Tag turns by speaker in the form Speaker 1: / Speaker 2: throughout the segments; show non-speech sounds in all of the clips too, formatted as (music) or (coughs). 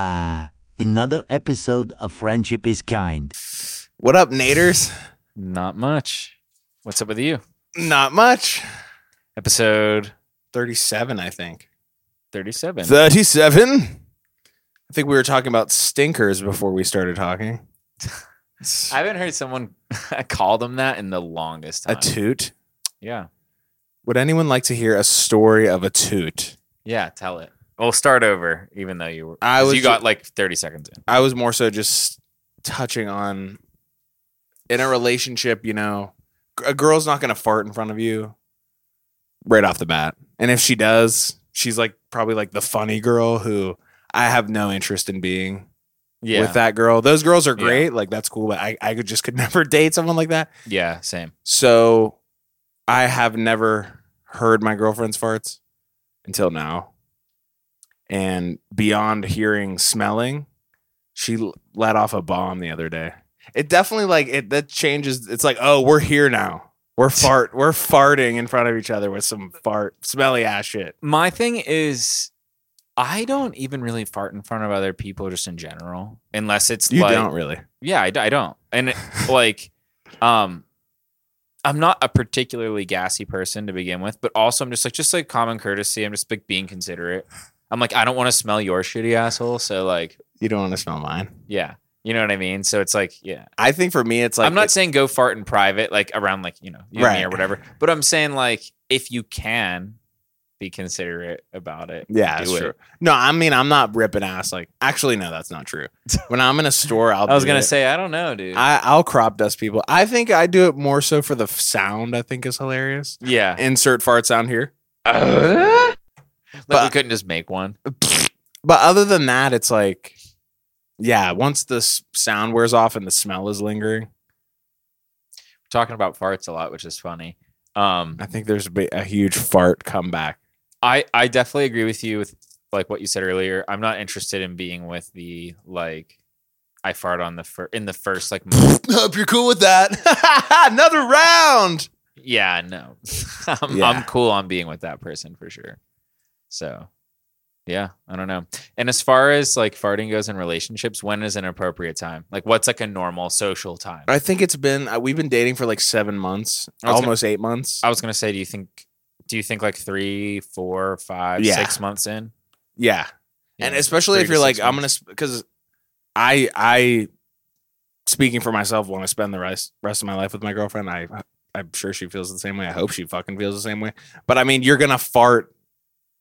Speaker 1: Ah, another episode of Friendship is Kind.
Speaker 2: What up, Naders?
Speaker 3: Not much. What's up with you?
Speaker 2: Not much.
Speaker 3: Episode
Speaker 2: 37, I think.
Speaker 3: 37.
Speaker 2: 37? I think we were talking about stinkers before we started (laughs) talking.
Speaker 3: I haven't heard someone (laughs) call them that in the longest
Speaker 2: A
Speaker 3: time.
Speaker 2: toot?
Speaker 3: yeah.
Speaker 2: Would anyone like to hear a story of a toot?
Speaker 3: Yeah. Tell it. We'll start over, even though you were.
Speaker 2: I
Speaker 3: 'cause
Speaker 2: was
Speaker 3: you
Speaker 2: ju-
Speaker 3: got like 30 seconds in.
Speaker 2: I was more so just touching on in a relationship, you know, g- a girl's not going to fart in front of you right off the bat. And if she does, she's like probably like the funny girl who I have no interest in being.
Speaker 3: Yeah.
Speaker 2: with that girl. Those girls are
Speaker 3: Yeah.
Speaker 2: great. Like that's cool, but I, I could just could (laughs) never date someone like that.
Speaker 3: yeah. Same.
Speaker 2: So I have never heard my girlfriend's farts until now. And beyond hearing smelling, she l- let off a bomb the other day. It definitely like it that changes. It's like, oh, we're here now. (laughs) We're fart. We're farting in front of each other with some fart smelly ass shit.
Speaker 3: My thing is, I don't even really fart in front of other people just in general, unless it's
Speaker 2: You
Speaker 3: like.
Speaker 2: don't really.
Speaker 3: Yeah. I, d- I don't. And
Speaker 2: (laughs)
Speaker 3: like, um, I'm not a particularly gassy person to begin with, but also I'm just like just like common courtesy. I'm just like being considerate. I'm like I don't want to smell your shitty asshole, so like
Speaker 2: You don't want to smell mine.
Speaker 3: yeah, you know what I mean. So it's like yeah,
Speaker 2: I think for me, it's like
Speaker 3: I'm not
Speaker 2: it-
Speaker 3: saying go fart in private, like around like you know you and me or
Speaker 2: Right.
Speaker 3: whatever, but I'm saying like if you can be considerate about it,
Speaker 2: Yeah,
Speaker 3: do
Speaker 2: that's
Speaker 3: it.
Speaker 2: true. No, I mean I'm not ripping ass. Like, actually, no, that's not
Speaker 3: (laughs)
Speaker 2: true. When I'm in a store, I'll.
Speaker 3: I was
Speaker 2: do
Speaker 3: gonna
Speaker 2: it.
Speaker 3: say I don't know, dude.
Speaker 2: I, I'll crop dust people. I think I do it more so for the f- sound. I think is hilarious. (laughs)
Speaker 3: yeah,
Speaker 2: Insert fart sound here.
Speaker 3: like we
Speaker 2: but-
Speaker 3: couldn't just make one.
Speaker 2: But other than that, it's like, yeah. Once the s- sound wears off and the smell is lingering,
Speaker 3: talking about farts a lot, which is funny. Um,
Speaker 2: I think there's a, bi- a huge fart comeback.
Speaker 3: I I definitely agree with you with like what you said earlier. I'm not interested in being with the like I fart on the fir- in the first
Speaker 2: (laughs)
Speaker 3: like month.
Speaker 2: (laughs) Hope you're cool with that. (laughs) Another round.
Speaker 3: yeah no (laughs) I'm,
Speaker 2: Yeah.
Speaker 3: I'm cool on being with that person for sure. So yeah I don't know. And as far as like farting goes in relationships, when is an appropriate time? Like what's like a normal social time?
Speaker 2: I think it's been uh, we've been dating for like seven months,
Speaker 3: I was gonna-
Speaker 2: almost eight months.
Speaker 3: I was gonna say, do you think do you think like three, four, five, six
Speaker 2: Yeah.
Speaker 3: months in?
Speaker 2: yeah. and
Speaker 3: Yeah,
Speaker 2: especially
Speaker 3: three
Speaker 2: if
Speaker 3: to
Speaker 2: you're like
Speaker 3: six
Speaker 2: i'm gonna
Speaker 3: months.
Speaker 2: because i i speaking for myself want to spend the rest rest of my life with my girlfriend i i'm sure she feels the same way i hope she fucking feels the same way but i mean you're gonna fart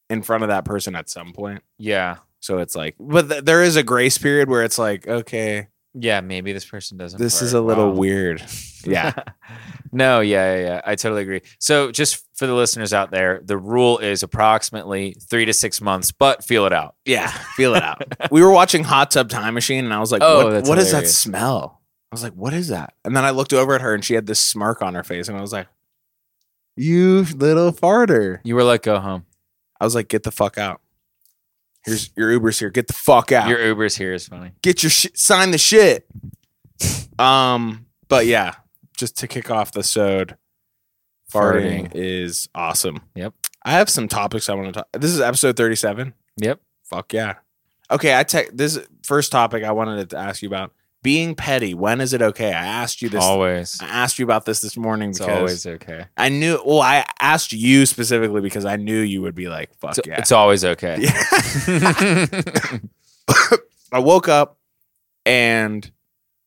Speaker 2: in front of that person at some point
Speaker 3: yeah
Speaker 2: so it's like but th- there is a grace period where it's like okay
Speaker 3: yeah maybe this person doesn't.
Speaker 2: this is a
Speaker 3: fart.
Speaker 2: little
Speaker 3: (laughs) Wow.
Speaker 2: weird yeah
Speaker 3: no, yeah, yeah, yeah. I totally agree. So, just for the listeners out there, the rule is approximately three to six months, but feel it out. (laughs)
Speaker 2: yeah feel it out we were watching hot tub time machine and i was like
Speaker 3: Oh,
Speaker 2: what,
Speaker 3: that's
Speaker 2: what is that
Speaker 3: hilarious.
Speaker 2: smell i was like what is that and then i looked over at her and she had this smirk on her face and i was like you little farter
Speaker 3: You were let go home.
Speaker 2: i was like get the fuck out here's your uber's here get the fuck out
Speaker 3: Your Uber's here is funny.
Speaker 2: get your shit sign the shit um but yeah just to kick off the sod farting,
Speaker 3: Farting.
Speaker 2: is awesome
Speaker 3: Yep.
Speaker 2: i have some topics i want to talk this is episode 37
Speaker 3: Yep.
Speaker 2: Fuck yeah. Okay, I tech this first topic I wanted to ask you about being petty. When is it okay? I asked you this.
Speaker 3: always.
Speaker 2: I asked you about this this morning
Speaker 3: It's
Speaker 2: because
Speaker 3: always okay.
Speaker 2: I knew. Well, I asked you specifically because I knew you would be like, "Fuck
Speaker 3: It's,
Speaker 2: yeah."
Speaker 3: it's always okay.
Speaker 2: yeah. (laughs)
Speaker 3: (laughs)
Speaker 2: I woke up and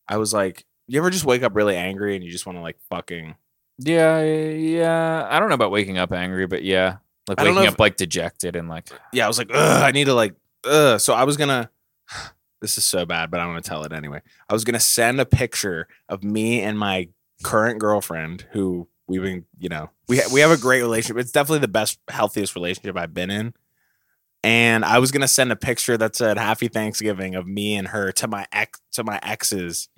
Speaker 2: I was like, "You ever just wake up really angry and you just want to like fucking?"
Speaker 3: yeah, yeah. I don't know about waking up angry, but yeah. Like
Speaker 2: I don't
Speaker 3: waking
Speaker 2: know
Speaker 3: up
Speaker 2: if-
Speaker 3: like dejected and like
Speaker 2: Yeah, I was like, Ugh, I need to like, Ugh. so I was gonna. (sighs) This is so bad, but I'm gonna tell it anyway. I was gonna send a picture of me and my current girlfriend, who we've been, you know, we ha- we have a great relationship. It's definitely the best, healthiest relationship I've been in. And I was gonna send a picture that said "Happy Thanksgiving" of me and her to my ex to my exes,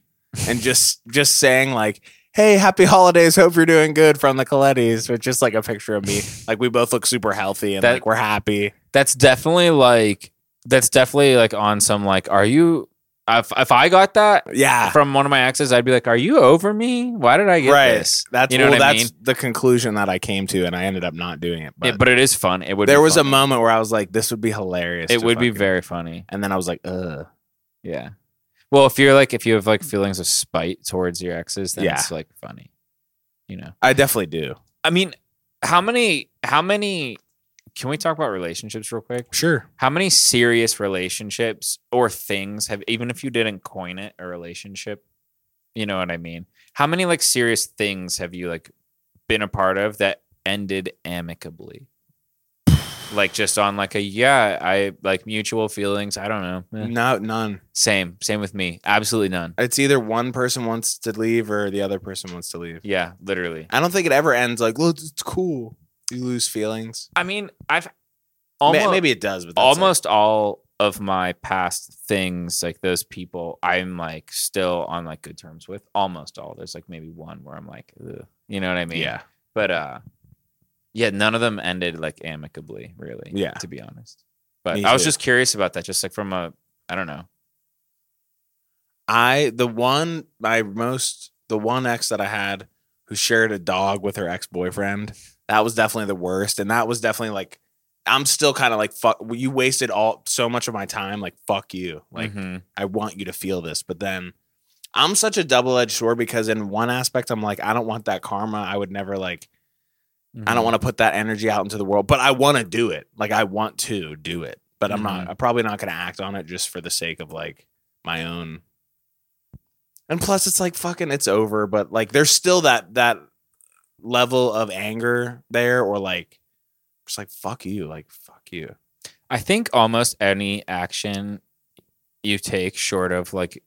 Speaker 2: and just just saying like, "Hey, happy holidays. Hope you're doing good from the Colettis." But just like a picture of me, like we both look super healthy and
Speaker 3: That-
Speaker 2: like we're happy.
Speaker 3: that's definitely like that's definitely like on some like are you If, if I got that
Speaker 2: Yeah.
Speaker 3: (laughs) from one of my exes, I'd be like, "Are you over me? Why did I get
Speaker 2: Right.
Speaker 3: this?"
Speaker 2: That's
Speaker 3: You know
Speaker 2: well,
Speaker 3: what I
Speaker 2: that's the conclusion that I came to, and I ended up not doing it. But,
Speaker 3: Yeah, but it is fun. It would.
Speaker 2: there
Speaker 3: be
Speaker 2: was a
Speaker 3: funny.
Speaker 2: moment where I was like, "This would be hilarious."
Speaker 3: It
Speaker 2: to
Speaker 3: would be
Speaker 2: fucking-
Speaker 3: very funny.
Speaker 2: And then I was like, uh, "Ugh."
Speaker 3: Yeah. Well, if you're like, if you have like feelings of spite towards your exes, then
Speaker 2: Yeah.
Speaker 3: it's like funny. You know.
Speaker 2: I definitely do.
Speaker 3: I mean, how many? How many? Can we talk about relationships real quick?
Speaker 2: Sure.
Speaker 3: How many serious relationships or things have, even if you didn't coin it a relationship, you know what I mean? How many like serious things have you like been a part of that ended amicably? Like just on like a yeah, I like mutual feelings. I don't know. Eh.
Speaker 2: No, none.
Speaker 3: Same, same with me. Absolutely none.
Speaker 2: It's either one person wants to leave or the other person wants to leave.
Speaker 3: Yeah, literally.
Speaker 2: I don't think it ever ends like, "Look, it's cool." You lose feelings.
Speaker 3: I mean, I've
Speaker 2: Ma-
Speaker 3: almost
Speaker 2: Maybe it does, but that's like-
Speaker 3: almost all of my past things, like those people, I'm like still on like good terms with. Almost all. There's like maybe one where I'm like, Ugh. you know what I mean?
Speaker 2: yeah.
Speaker 3: But uh, yeah, none of them ended like amicably, really.
Speaker 2: Yeah.
Speaker 3: To be honest. But
Speaker 2: Me
Speaker 3: I was
Speaker 2: too.
Speaker 3: just curious about that, just like from a, I don't know.
Speaker 2: I the one my most the one ex that I had who shared a dog with her ex boyfriend. That was definitely the worst, and that was definitely like I'm still kind of like fuck. well, You wasted all so much of my time. Like fuck you. Like
Speaker 3: Mhm.
Speaker 2: I want you to feel this, but then I'm such a double edged sword because in one aspect I'm like I don't want that karma. I would never like I
Speaker 3: Mhm.
Speaker 2: don't want to put that energy out into the world, but I want to do it. Like I want to do it, but I'm not. I'm probably not going to act on it just for the sake of like my own. And plus, it's like fucking, it's over. But like, there's still that that level of anger there, or like, just like fuck you, like fuck you.
Speaker 3: I think almost any action you take short of like,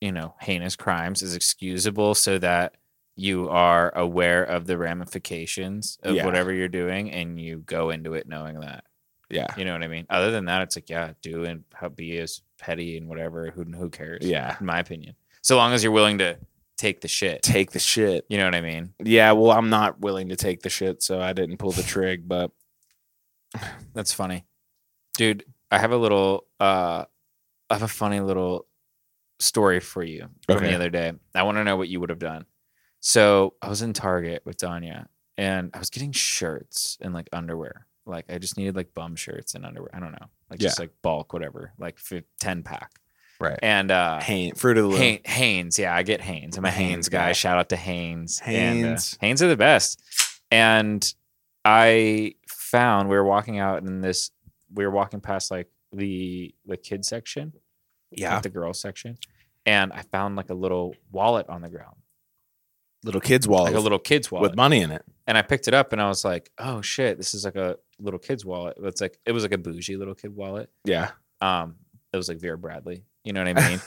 Speaker 3: you know, heinous crimes is excusable so that you are aware of the ramifications of
Speaker 2: Yeah.
Speaker 3: whatever you're doing and you go into it knowing that.
Speaker 2: Yeah,
Speaker 3: You know what I mean? Other than that, it's like, yeah, do and how- be as petty and whatever. Who, who cares?
Speaker 2: yeah.
Speaker 3: In my opinion. So long as you're willing to take the shit.
Speaker 2: Take the shit.
Speaker 3: You know what I mean?
Speaker 2: Yeah. Well, I'm not willing to take the shit, so I didn't pull the trig. But
Speaker 3: That's funny. Dude, I have a little uh I have a funny little story for you from
Speaker 2: Okay.
Speaker 3: the other day. I want to know what you would have done. So I was in Target with Danya and I was getting shirts and like underwear. Like I just needed like bum shirts and underwear. I don't know. Like just like bulk, whatever, like fif- 10 pack.
Speaker 2: Right.
Speaker 3: And uh
Speaker 2: Hain, Fruit of the Loom.
Speaker 3: Hay- Haynes, yeah, I get Haynes. I'm a Haynes
Speaker 2: Haynes
Speaker 3: guy.
Speaker 2: guy.
Speaker 3: Shout out to Haynes. and, uh,
Speaker 2: Haynes.
Speaker 3: Haynes are the best. And I found we were walking out in this. We were walking past like the the kid section,
Speaker 2: Yeah,
Speaker 3: not the girl section, and I found like a little wallet on the ground,
Speaker 2: little kids wallet,
Speaker 3: like a little kid's wallet,
Speaker 2: with money in it.
Speaker 3: and I picked it up and I was like, oh shit, this is like a little kid's wallet. It's like it was like a bougie little kid wallet.
Speaker 2: (laughs) Yeah.
Speaker 3: Um, it was like Vera Bradley. You know
Speaker 2: (laughs)
Speaker 3: what I mean?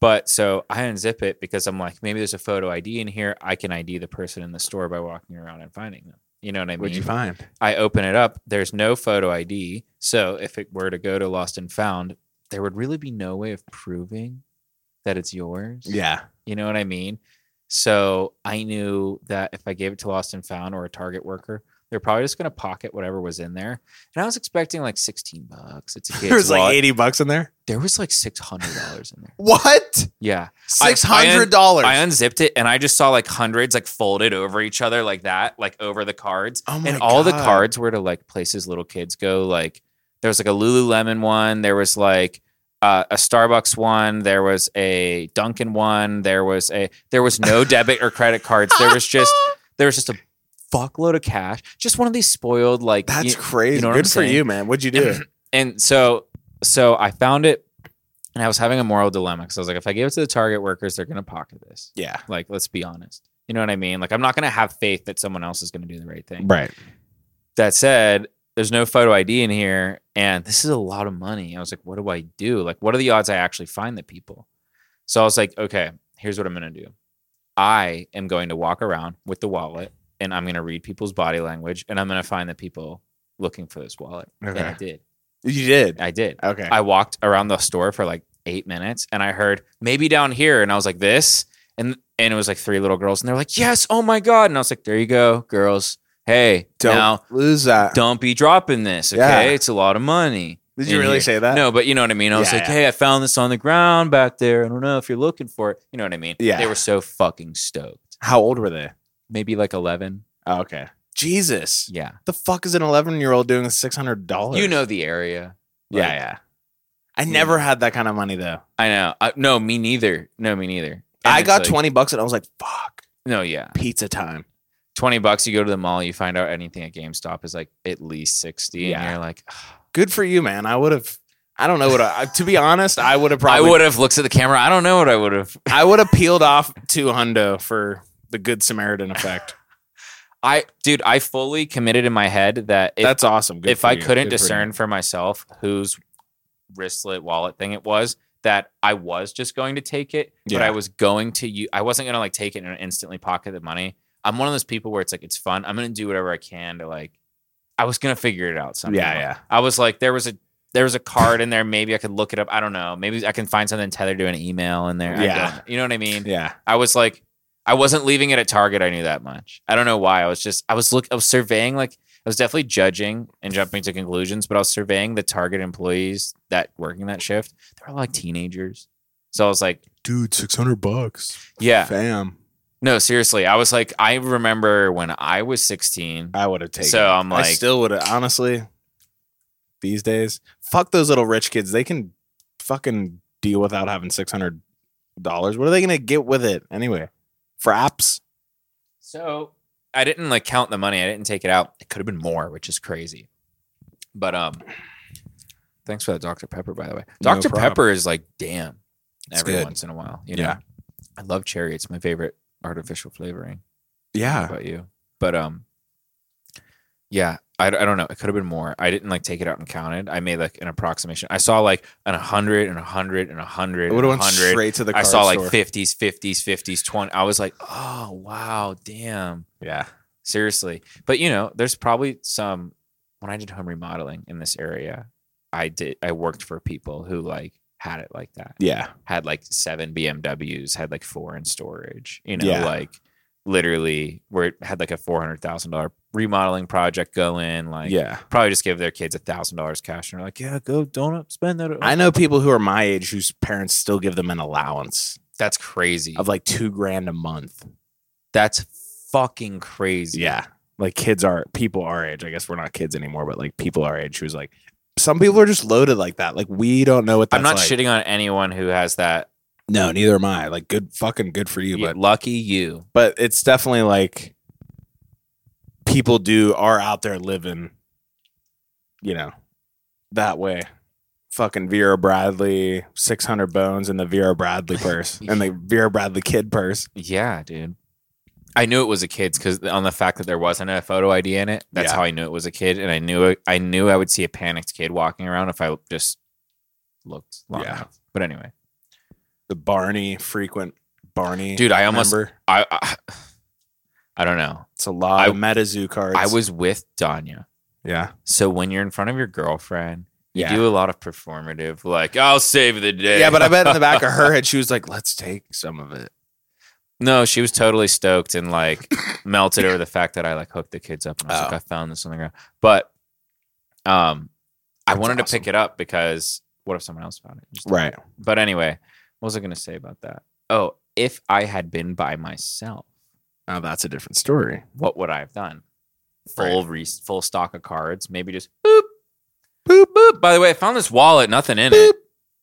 Speaker 3: But so I unzip it because I'm like, maybe there's a photo ID in here. I can ID the person in the store by walking around and finding them. You know what I mean?
Speaker 2: What'd you find?
Speaker 3: I open it up. There's no photo ID. So if it were to go to Lost and Found, there would really be no way of proving that it's yours.
Speaker 2: Yeah.
Speaker 3: You know what I mean? So I knew that if I gave it to Lost and Found or a Target worker, they're probably just going to pocket whatever was in there. And I was expecting like 16 bucks. It's
Speaker 2: (laughs)
Speaker 3: a kid's
Speaker 2: There was like
Speaker 3: wallet.
Speaker 2: 80 bucks in there.
Speaker 3: There was like $600 in there.
Speaker 2: What?
Speaker 3: Yeah. I- I un-
Speaker 2: Six hundred dollars.
Speaker 3: I unzipped it and I just saw like hundreds like folded over each other like that, like over the cards.
Speaker 2: Oh my
Speaker 3: and all the
Speaker 2: God.
Speaker 3: cards were to like places little kids go. Like there was like a Lululemon one, there was like uh, a Starbucks one, there was a Dunkin' one, there was a there was
Speaker 2: (laughs)
Speaker 3: no debit or credit cards. There was just there was just a fuckload of cash. Just one of these spoiled like
Speaker 2: That's
Speaker 3: you-
Speaker 2: crazy.
Speaker 3: know what
Speaker 2: Good
Speaker 3: I'm
Speaker 2: for
Speaker 3: saying?
Speaker 2: you, man. What'd you do?
Speaker 3: (clears throat) and so so I found it and I was having a moral dilemma because I was like, if I give it to the Target workers, they're gonna pocket this.
Speaker 2: yeah.
Speaker 3: Like, let's be honest. You know what I mean? Like, I'm not going to have faith that someone else is going to do the right thing.
Speaker 2: Right.
Speaker 3: That said, there's no photo ID in here, and this is a lot of money. I was like, what do I do? Like, what are the odds I actually find the people? So I was like, okay, here's what I'm going to do I am going to walk around with the wallet, and I'm going to read people's body language, and I'm going to find the people looking for this wallet. And I
Speaker 2: Okay.
Speaker 3: did.
Speaker 2: You did.
Speaker 3: I did.
Speaker 2: Okay.
Speaker 3: I walked around the store for like eight minutes and I heard maybe down here. And I was like, this. And and it was like three little girls. And they're like, yes, oh my God. And I was like, there you go, girls. Hey,
Speaker 2: Don't
Speaker 3: now
Speaker 2: lose that.
Speaker 3: don't be dropping this. Okay.
Speaker 2: Yeah.
Speaker 3: It's a lot of money.
Speaker 2: Did you
Speaker 3: in
Speaker 2: really
Speaker 3: here.
Speaker 2: say that?
Speaker 3: No, but you know what I mean. I was
Speaker 2: Yeah,
Speaker 3: like,
Speaker 2: yeah.
Speaker 3: hey, I found this on the ground back there. I don't know if you're looking for it. You know what I mean?
Speaker 2: Yeah.
Speaker 3: They were so fucking stoked.
Speaker 2: How old were they?
Speaker 3: Maybe like 11.
Speaker 2: Oh, okay. Jesus.
Speaker 3: Yeah.
Speaker 2: The fuck is an 11 year old doing with $600?
Speaker 3: You know the area.
Speaker 2: Yeah,
Speaker 3: Like,
Speaker 2: yeah. I never had that kind of money though.
Speaker 3: I know. I, no, me neither. No, me neither. And
Speaker 2: I
Speaker 3: it's
Speaker 2: got
Speaker 3: like-
Speaker 2: 20 bucks and I was like, fuck,
Speaker 3: No, yeah.
Speaker 2: pizza time.
Speaker 3: 20 bucks. You go to the mall, you find out anything at GameStop is like at least 60.
Speaker 2: Yeah.
Speaker 3: And you're like,
Speaker 2: Good for you, man. I would have, I don't know what, I, to be honest, I would have probably,
Speaker 3: I would have looked at the camera. I don't know what I would have. (laughs)
Speaker 2: I would have peeled off two hundo for the Good Samaritan effect.
Speaker 3: I, dude, I fully committed in my head that if,
Speaker 2: That's awesome. Good
Speaker 3: if
Speaker 2: for
Speaker 3: I
Speaker 2: you.
Speaker 3: couldn't
Speaker 2: Good for you.
Speaker 3: discern for, myself whose wristlet wallet thing it was, that I was just going to take it, but
Speaker 2: Yeah.
Speaker 3: I was going to you. I wasn't going to like take it and instantly pocket the money. I'm one of those people where it's like it's fun. I'm going to do whatever I can to like. I was going to figure it out somehow.
Speaker 2: yeah, yeah.
Speaker 3: I was like, there was a there was a card in there. Maybe I could look it up. I don't know. Maybe I can find something tethered to an email in there. I
Speaker 2: Yeah.
Speaker 3: don't- you know what I mean.
Speaker 2: Yeah.
Speaker 3: I was like, I wasn't leaving it at Target. I knew that much. I don't know why. I was just, I was look, I was surveying, like, I was definitely judging and jumping to conclusions, but I was surveying the Target employees that working that shift. They were like teenagers. So I was like,
Speaker 2: Dude, 600 bucks.
Speaker 3: yeah,
Speaker 2: Fam.
Speaker 3: no, seriously. I was like, I remember when I was 16.
Speaker 2: I would have taken
Speaker 3: So
Speaker 2: it.
Speaker 3: I'm like-
Speaker 2: I still would have, honestly, these days, fuck those little rich kids. They can fucking deal without having $600. What are they going to get with it anyway? Fraps?
Speaker 3: So I didn't like count the money. I didn't take it out. It could have been more, which is crazy. But, um, thanks for that Dr. Pepper, by the way.
Speaker 2: No
Speaker 3: Dr.
Speaker 2: problem.
Speaker 3: Pepper is like, damn.
Speaker 2: It's
Speaker 3: every
Speaker 2: good.
Speaker 3: once in a while. You
Speaker 2: Yeah.
Speaker 3: know, I love cherry. It's my favorite artificial flavoring. How
Speaker 2: Yeah.
Speaker 3: about you? But um, yeah, I, d- I don't know. It could have been more. I didn't like take it out and counted. I made like an approximation. I saw like an 100 and 100 and 100
Speaker 2: It
Speaker 3: and
Speaker 2: would have went
Speaker 3: 100.
Speaker 2: straight to the
Speaker 3: I
Speaker 2: card
Speaker 3: saw like
Speaker 2: store.
Speaker 3: 50s, 50s, 50s, 20. I was like, oh, wow, damn.
Speaker 2: Yeah.
Speaker 3: Seriously. But you know, there's probably some when I did home remodeling in this area, I did I worked for people who like had it like that
Speaker 2: Yeah.
Speaker 3: had like seven BMWs, had like four in storage, you know,
Speaker 2: Yeah.
Speaker 3: like literally where it had like a four hundred thousand dollar remodeling project go in, like
Speaker 2: yeah.
Speaker 3: probably just give their kids a thousand dollars cash and they're like, Yeah, go don't up- spend that. at-
Speaker 2: I know people who are my age whose parents still give them an allowance
Speaker 3: That's crazy.
Speaker 2: of like two grand a month.
Speaker 3: That's fucking crazy.
Speaker 2: Yeah. Like kids are people our age. I guess we're not kids anymore, but like people our age who's like, some people are just loaded like that. Like we don't know what that's
Speaker 3: I'm not
Speaker 2: like.
Speaker 3: shitting on anyone who has that.
Speaker 2: No, neither am I. Like good fucking good for you,
Speaker 3: You-
Speaker 2: but
Speaker 3: lucky you.
Speaker 2: but it's definitely like people do are out there living, you know, that way. Fucking Vera Bradley, six hundred bones in the Vera
Speaker 3: (laughs)
Speaker 2: Bradley purse and the Vera Bradley kid purse.
Speaker 3: Yeah, dude. I knew it was a kid's because on the fact that there wasn't a photo ID in it, that's
Speaker 2: Yeah.
Speaker 3: how I knew it was a kid, and I knew I knew I would see a panicked kid walking around if I just looked long
Speaker 2: Yeah.
Speaker 3: enough. But anyway,
Speaker 2: The Barney frequent Barney.
Speaker 3: dude, I almost
Speaker 2: member.
Speaker 3: I, I (sighs) I don't know.
Speaker 2: it's a lot
Speaker 3: I-
Speaker 2: of MetaZoo cards.
Speaker 3: I was with Danya,
Speaker 2: yeah
Speaker 3: so when you're in front of your girlfriend, you
Speaker 2: Yeah.
Speaker 3: do a lot of performative, like I'll save the day.
Speaker 2: yeah, but I bet in the back of
Speaker 3: (laughs)
Speaker 2: her head she was like, "Let's take some of it."
Speaker 3: No, she was totally stoked and like (coughs) melted over the fact that I like hooked the kids up and I was
Speaker 2: Oh.
Speaker 3: like, I found this on the ground. But um I
Speaker 2: That's
Speaker 3: wanted to
Speaker 2: awesome.
Speaker 3: pick it up because what if someone else found it? Just-
Speaker 2: Right.
Speaker 3: But anyway, what was I gonna say about that? Oh, if I had been by myself,
Speaker 2: Now "Oh, that's a different story.
Speaker 3: what would I have done?
Speaker 2: Right.
Speaker 3: Full re- full stock of cards, maybe just boop, boop, boop. By the way, I found this wallet, nothing in it.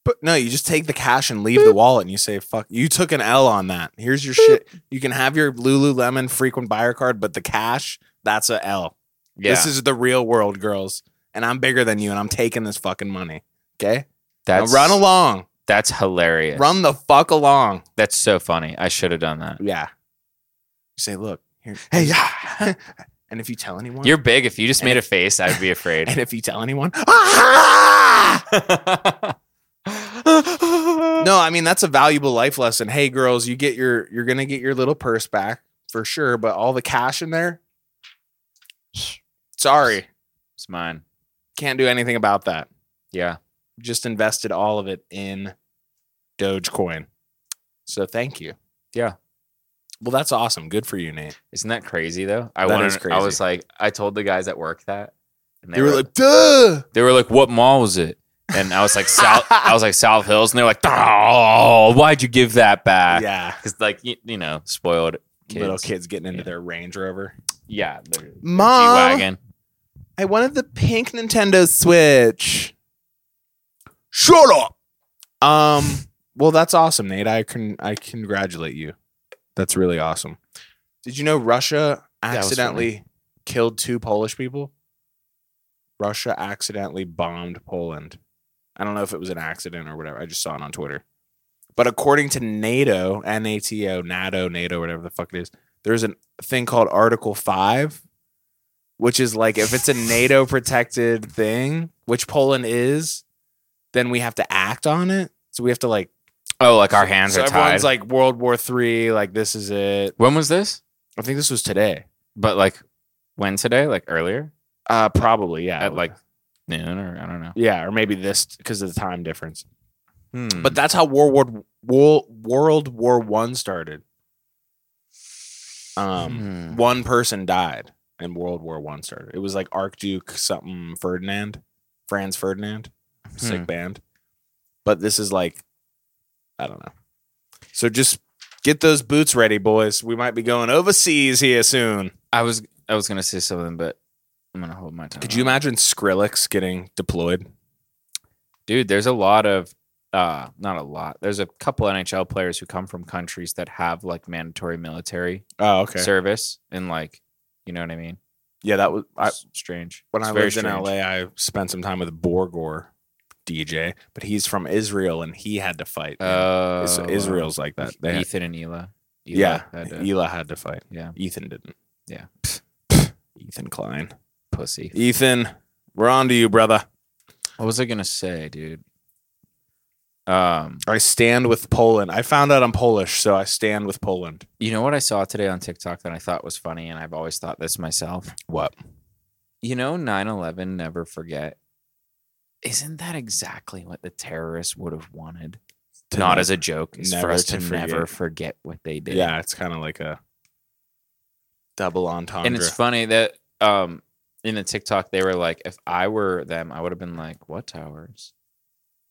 Speaker 2: But no, you just take the cash and leave the wallet, and you say, "Fuck, you took an L on that. Here's your shit. You can have your Lululemon frequent buyer card, but the cash, that's a L.
Speaker 3: Yeah,
Speaker 2: This is the real world, girls. And I'm bigger than you, and I'm taking this fucking money. Okay, Now
Speaker 3: that's
Speaker 2: run along,
Speaker 3: That's hilarious.
Speaker 2: run the fuck along.
Speaker 3: That's so funny. I should have done that.
Speaker 2: Yeah. You say, look, here, hey, yeah. (laughs) and if you tell anyone,
Speaker 3: You're big. If you just
Speaker 2: And
Speaker 3: made
Speaker 2: if-
Speaker 3: a face, I'd be
Speaker 2: (laughs)
Speaker 3: afraid.
Speaker 2: and if you tell anyone, (laughs) ah! (laughs)
Speaker 3: no.
Speaker 2: no, I mean that's a valuable life lesson. Hey, girls, you get your you're gonna get your little purse back for sure, but all the cash in (sighs) there, sorry,
Speaker 3: It's mine.
Speaker 2: can't do anything about that.
Speaker 3: Yeah.
Speaker 2: Just invested all of it in Dogecoin. So thank you.
Speaker 3: Yeah.
Speaker 2: Well, that's awesome. Good for you, Nate.
Speaker 3: Isn't that crazy though? I
Speaker 2: That
Speaker 3: wanted,
Speaker 2: is
Speaker 3: I
Speaker 2: crazy.
Speaker 3: was like, I told the guys at work that. And
Speaker 2: They, were like, duh.
Speaker 3: they were like, what mall was it? and I was like
Speaker 2: (laughs)
Speaker 3: South, I was like South Hills, and they're like, oh, why'd you give that back?
Speaker 2: yeah.
Speaker 3: because like you, you know, spoiled kids.
Speaker 2: Little kids getting into
Speaker 3: Yeah.
Speaker 2: their Range Rover.
Speaker 3: yeah, they're- they're
Speaker 2: Mom.
Speaker 3: G-Wagon.
Speaker 2: I wanted the pink Nintendo Switch. Shut up. Um. Well, that's awesome, Nate. I can I congratulate you. That's really awesome. Did you know Russia
Speaker 3: That was
Speaker 2: accidentally killed two Polish people? Russia accidentally bombed Poland. I don't know if it was an accident or whatever. I just saw it on Twitter. But according to NATO, NATO, NATO, NATO, whatever the fuck it is, there's a thing called Article 5, which is like if it's a NATO protected thing, which Poland is, then we have to act on it. So we have to like
Speaker 3: Oh, like our hands
Speaker 2: so
Speaker 3: are tied.
Speaker 2: everyone's like World War Three, like this is it.
Speaker 3: when was this?
Speaker 2: I think this was today.
Speaker 3: But like when today? Like earlier
Speaker 2: Uh, probably yeah.
Speaker 3: at like noon or I don't know.
Speaker 2: yeah, or maybe this because of the time difference.
Speaker 3: But
Speaker 2: But that's how World War World, World War One started. Um,
Speaker 3: um,
Speaker 2: one person died and World War One started. It was like Archduke something Ferdinand, Franz Ferdinand, sick
Speaker 3: Hmm.
Speaker 2: band. But this is like, I don't know. So just get those boots ready, boys. We might be going overseas here soon.
Speaker 3: I was I was gonna say something, but I'm gonna hold my tongue.
Speaker 2: Could you
Speaker 3: on it.
Speaker 2: imagine Skrillex getting deployed?
Speaker 3: dude? There's a lot of uh, not a lot. There's a couple NHL players who come from countries that have like mandatory military
Speaker 2: Oh, okay.
Speaker 3: service, and like you know what I mean.
Speaker 2: yeah, that was I,
Speaker 3: It's strange.
Speaker 2: when
Speaker 3: It's
Speaker 2: I
Speaker 3: very
Speaker 2: lived in
Speaker 3: strange.
Speaker 2: LA. I spent some time with Borgor DJ, but he's from Israel and he had to fight.
Speaker 3: Uh,
Speaker 2: Is- Israel's like that. They had-
Speaker 3: Ethan and Ela. Ela
Speaker 2: yeah,
Speaker 3: had a
Speaker 2: Ela had to fight.
Speaker 3: Yeah.
Speaker 2: Ethan didn't.
Speaker 3: Yeah.
Speaker 2: Ethan Klein.
Speaker 3: pussy.
Speaker 2: Ethan, we're on to you, brother.
Speaker 3: What was I gonna say, dude? Um,
Speaker 2: I stand with Poland. I found out I'm Polish, so I stand with Poland.
Speaker 3: you know what I saw today on TikTok that I thought was funny, and I've always thought this myself.
Speaker 2: What?
Speaker 3: You know, 9-11, never forget. Isn't that exactly what the terrorists would have wanted? Not as a joke, it's for
Speaker 2: never
Speaker 3: us
Speaker 2: to
Speaker 3: to, never
Speaker 2: forget.
Speaker 3: forget what they did.
Speaker 2: Yeah, it's kind of like a double entendre.
Speaker 3: and it's funny that um in the TikTok they were like, if I were them, I would have been like, what towers?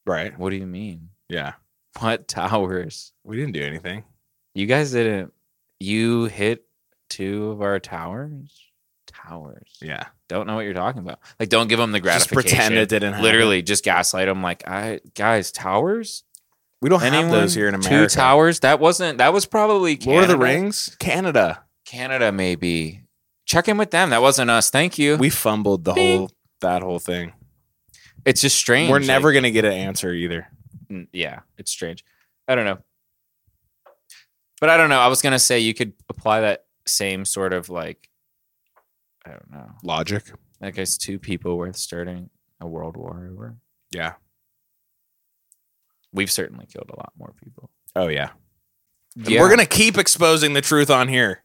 Speaker 2: right?
Speaker 3: What do you mean? (laughs)
Speaker 2: Yeah.
Speaker 3: What towers?
Speaker 2: We didn't do anything.
Speaker 3: You guys didn't. You hit two of our towers. Towers.
Speaker 2: Yeah.
Speaker 3: Don't know what you're talking about. Like, don't give them the
Speaker 2: Just
Speaker 3: gratification.
Speaker 2: pretend it didn't happen.
Speaker 3: Literally, just gaslight them. Like, I guys, towers.
Speaker 2: We don't
Speaker 3: Anyone?
Speaker 2: have those here in
Speaker 3: Two
Speaker 2: America.
Speaker 3: towers. That wasn't. That was probably Canada.
Speaker 2: Lord of the Rings? Canada.
Speaker 3: Canada, maybe. Check in with them. That wasn't us. Thank you.
Speaker 2: We fumbled the
Speaker 3: Bing.
Speaker 2: whole that whole thing.
Speaker 3: it's just strange.
Speaker 2: We're
Speaker 3: like-
Speaker 2: never gonna get an answer either.
Speaker 3: n- yeah, it's strange. I don't know. But I don't know. I was gonna say you could apply that same sort of like, I don't know.
Speaker 2: Logic.
Speaker 3: I guess two people worth starting a world war over.
Speaker 2: Yeah.
Speaker 3: We've certainly killed a lot more people.
Speaker 2: Oh yeah. And We're gonna keep exposing the truth on here.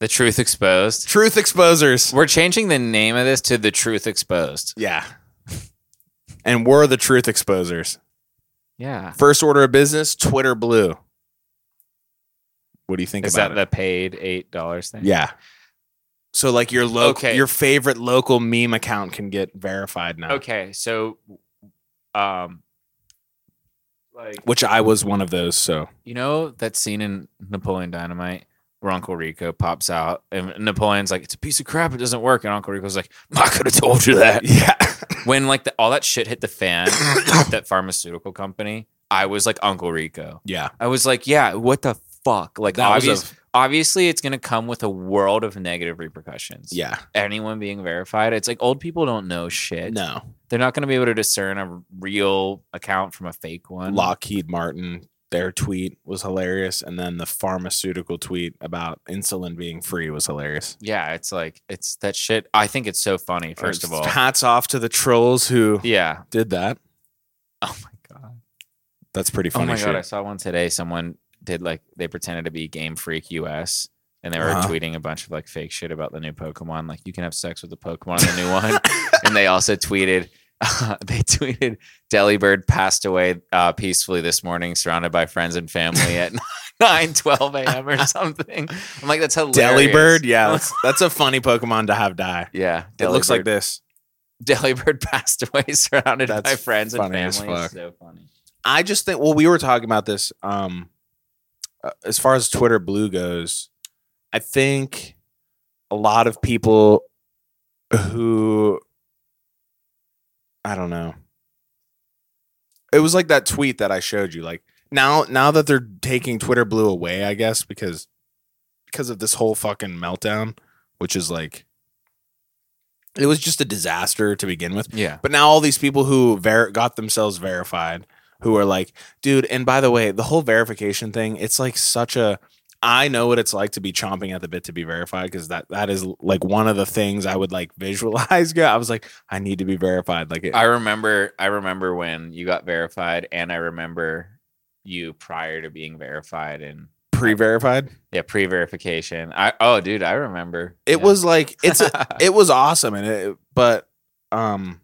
Speaker 3: the truth exposed.
Speaker 2: Truth exposers.
Speaker 3: We're changing the name of this to the truth exposed.
Speaker 2: Yeah. (laughs) And we're the truth exposers.
Speaker 3: Yeah.
Speaker 2: First order of business, Twitter blue. What do you think
Speaker 3: Is that
Speaker 2: about
Speaker 3: the paid eight dollars thing?
Speaker 2: it? Yeah. So like your local
Speaker 3: Okay.
Speaker 2: your favorite local meme account can get verified now.
Speaker 3: Okay. So, um, like
Speaker 2: Which I was one of those, so
Speaker 3: you know that scene in Napoleon Dynamite where Uncle Rico pops out and Napoleon's like, "It's a piece of crap. It doesn't work," and Uncle Rico's like, "I could have told
Speaker 2: (laughs)
Speaker 3: you (laughs) that."
Speaker 2: Yeah.
Speaker 3: when like the, all that shit hit the fan
Speaker 2: (coughs)
Speaker 3: with that pharmaceutical company, I was like Uncle Rico.
Speaker 2: Yeah.
Speaker 3: I was like, yeah, what the fuck? Like
Speaker 2: That was a-
Speaker 3: obvious, obviously it's gonna come with a world of negative repercussions.
Speaker 2: yeah.
Speaker 3: Anyone being verified, it's like old people don't know shit.
Speaker 2: No.
Speaker 3: They're not gonna be able to discern a real account from a fake one.
Speaker 2: Lockheed Martin, their tweet was hilarious. And then the pharmaceutical tweet about insulin being free was hilarious.
Speaker 3: Yeah, it's like it's that shit. I think it's so funny, first of all.
Speaker 2: hats off to the trolls who
Speaker 3: Yeah.
Speaker 2: did that.
Speaker 3: (laughs) Oh my god.
Speaker 2: That's pretty
Speaker 3: Oh
Speaker 2: funny.
Speaker 3: my
Speaker 2: shit.
Speaker 3: god, I saw one today. Someone did like they pretended to be Game Freak US and they were
Speaker 2: Uh-huh.
Speaker 3: tweeting a bunch of like fake shit about the new Pokemon. Like you can have sex with the Pokemon in the
Speaker 2: (laughs)
Speaker 3: new one. and they also tweeted uh, (laughs) they tweeted Delibird passed away uh, peacefully this morning, surrounded by friends and
Speaker 2: (laughs)
Speaker 3: family at 9 12 a.m. or something. I'm like, that's hilarious. (laughs)
Speaker 2: Delibird. Yeah. That's, that's a funny Pokemon to have die.
Speaker 3: yeah.
Speaker 2: It looks like
Speaker 3: Delibird.
Speaker 2: this.
Speaker 3: Delibird passed away, (laughs) surrounded
Speaker 2: That's
Speaker 3: by friends and
Speaker 2: funny as
Speaker 3: family. It's
Speaker 2: fuck.
Speaker 3: so funny.
Speaker 2: I just think. Well, we were talking about this. Um, uh, as far as Twitter Blue goes, I think a lot of people who I don't know. It was like that tweet that I showed you. Like now, now that they're taking Twitter Blue away, I guess because because of this whole fucking meltdown, which is like it was just a disaster to begin with.
Speaker 3: Yeah.
Speaker 2: But now all these people who ver- got themselves verified, who are like, dude, and by the way, the whole verification thing, it's like such a. I know what it's like to be chomping at the bit to be verified because that that is like one of the things I would like (laughs) visualize. Yeah, I was like, I need to be verified. Like, it,
Speaker 3: I remember I remember when you got verified and I remember you prior to being verified and
Speaker 2: pre-verified.
Speaker 3: yeah, pre-verification. I oh dude, I remember.
Speaker 2: It
Speaker 3: Yeah. (laughs)
Speaker 2: was like it's a, (laughs) it was awesome, and it but um,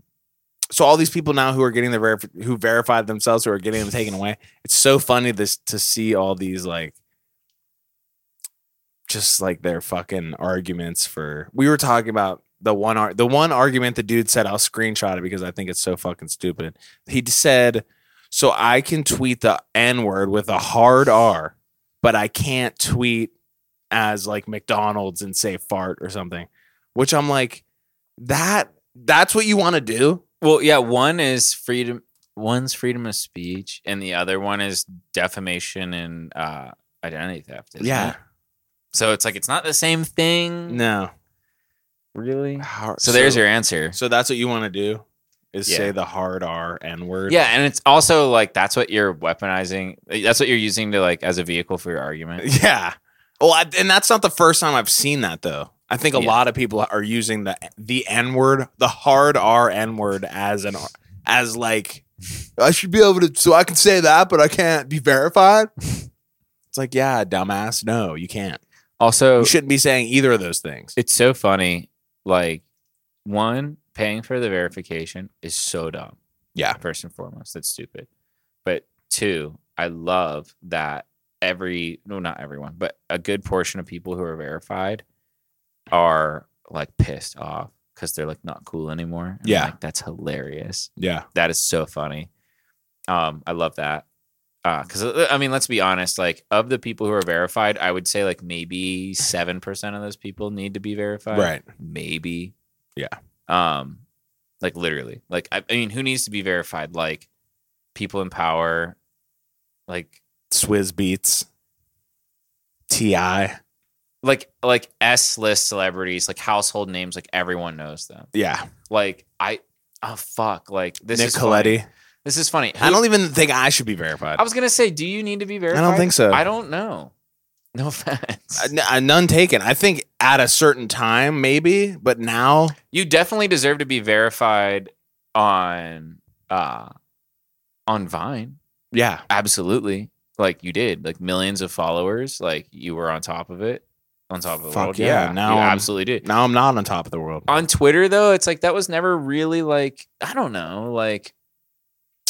Speaker 2: so all these people now who are getting the verif- who verified themselves who are getting them taken away. It's so funny this to see all these like just like their fucking arguments for we were talking about the one ar- the one argument the dude said I'll screenshot it because I think it's so fucking stupid. He d- said so I can tweet the n word with a hard r but I can't tweet as like McDonald's and say fart or something which I'm like that that's what you want to do?
Speaker 3: Well, yeah, one is freedom one's freedom of speech and the other one is defamation and uh identity theft. isn't it? So it's like it's not the same thing.
Speaker 2: No.
Speaker 3: (sighs) Really?
Speaker 2: Har-
Speaker 3: So, there's your answer.
Speaker 2: So that's what you want to do is
Speaker 3: Yeah.
Speaker 2: say the hard R N word.
Speaker 3: Yeah, and it's also like that's what you're weaponizing. That's what you're using to like as a vehicle for your (laughs)
Speaker 2: (laughs)
Speaker 3: argument.
Speaker 2: Yeah. Well, I, and that's not the first time I've seen that though. I think a
Speaker 3: Yeah.
Speaker 2: lot of people are using the the N word, the hard R N word as an as like I should be able to so I can say that, but I can't be verified. It's like, yeah, dumbass, no, you can't.
Speaker 3: Also,
Speaker 2: You shouldn't be saying either of those things.
Speaker 3: it's so funny. Like, one, paying for the verification is so dumb.
Speaker 2: Yeah.
Speaker 3: First and foremost, that's stupid. But two, I love that every, no, not everyone, but a good portion of people who are verified are like pissed off because they're like not cool anymore. I'm
Speaker 2: Yeah.
Speaker 3: Like, that's hilarious.
Speaker 2: Yeah.
Speaker 3: That is so funny. Um, I love that. Because I mean, let's be honest. Like, of the people who are verified, I would say like maybe seven percent of those people need to be verified.
Speaker 2: Right.
Speaker 3: Maybe.
Speaker 2: Yeah.
Speaker 3: Um, like literally. Like, I, I mean, who needs to be verified? Like, people in power. Like,
Speaker 2: Swizz Beats, Ti.
Speaker 3: like, like S list celebrities, like household names. Like everyone knows them.
Speaker 2: Yeah,
Speaker 3: Like I. Oh fuck! Like this
Speaker 2: Nick
Speaker 3: is
Speaker 2: Coletti.
Speaker 3: funny. This is funny.
Speaker 2: I don't even think I should be verified.
Speaker 3: I was gonna say, do you need to be
Speaker 2: don't
Speaker 3: verified?
Speaker 2: think so.
Speaker 3: I don't know. No (laughs) offense.
Speaker 2: Uh, n- uh, none taken. I think at a certain time, maybe, but now,
Speaker 3: you definitely deserve to be verified on uh on Vine.
Speaker 2: yeah,
Speaker 3: Absolutely. Like you did. Like millions of followers. Like you were on top of it. On top of the
Speaker 2: Fuck
Speaker 3: world.
Speaker 2: yeah,
Speaker 3: Yeah.
Speaker 2: now
Speaker 3: you
Speaker 2: I'm-
Speaker 3: absolutely did.
Speaker 2: now I'm not on top of the world.
Speaker 3: on Twitter though, it's like that was never really like I don't know, like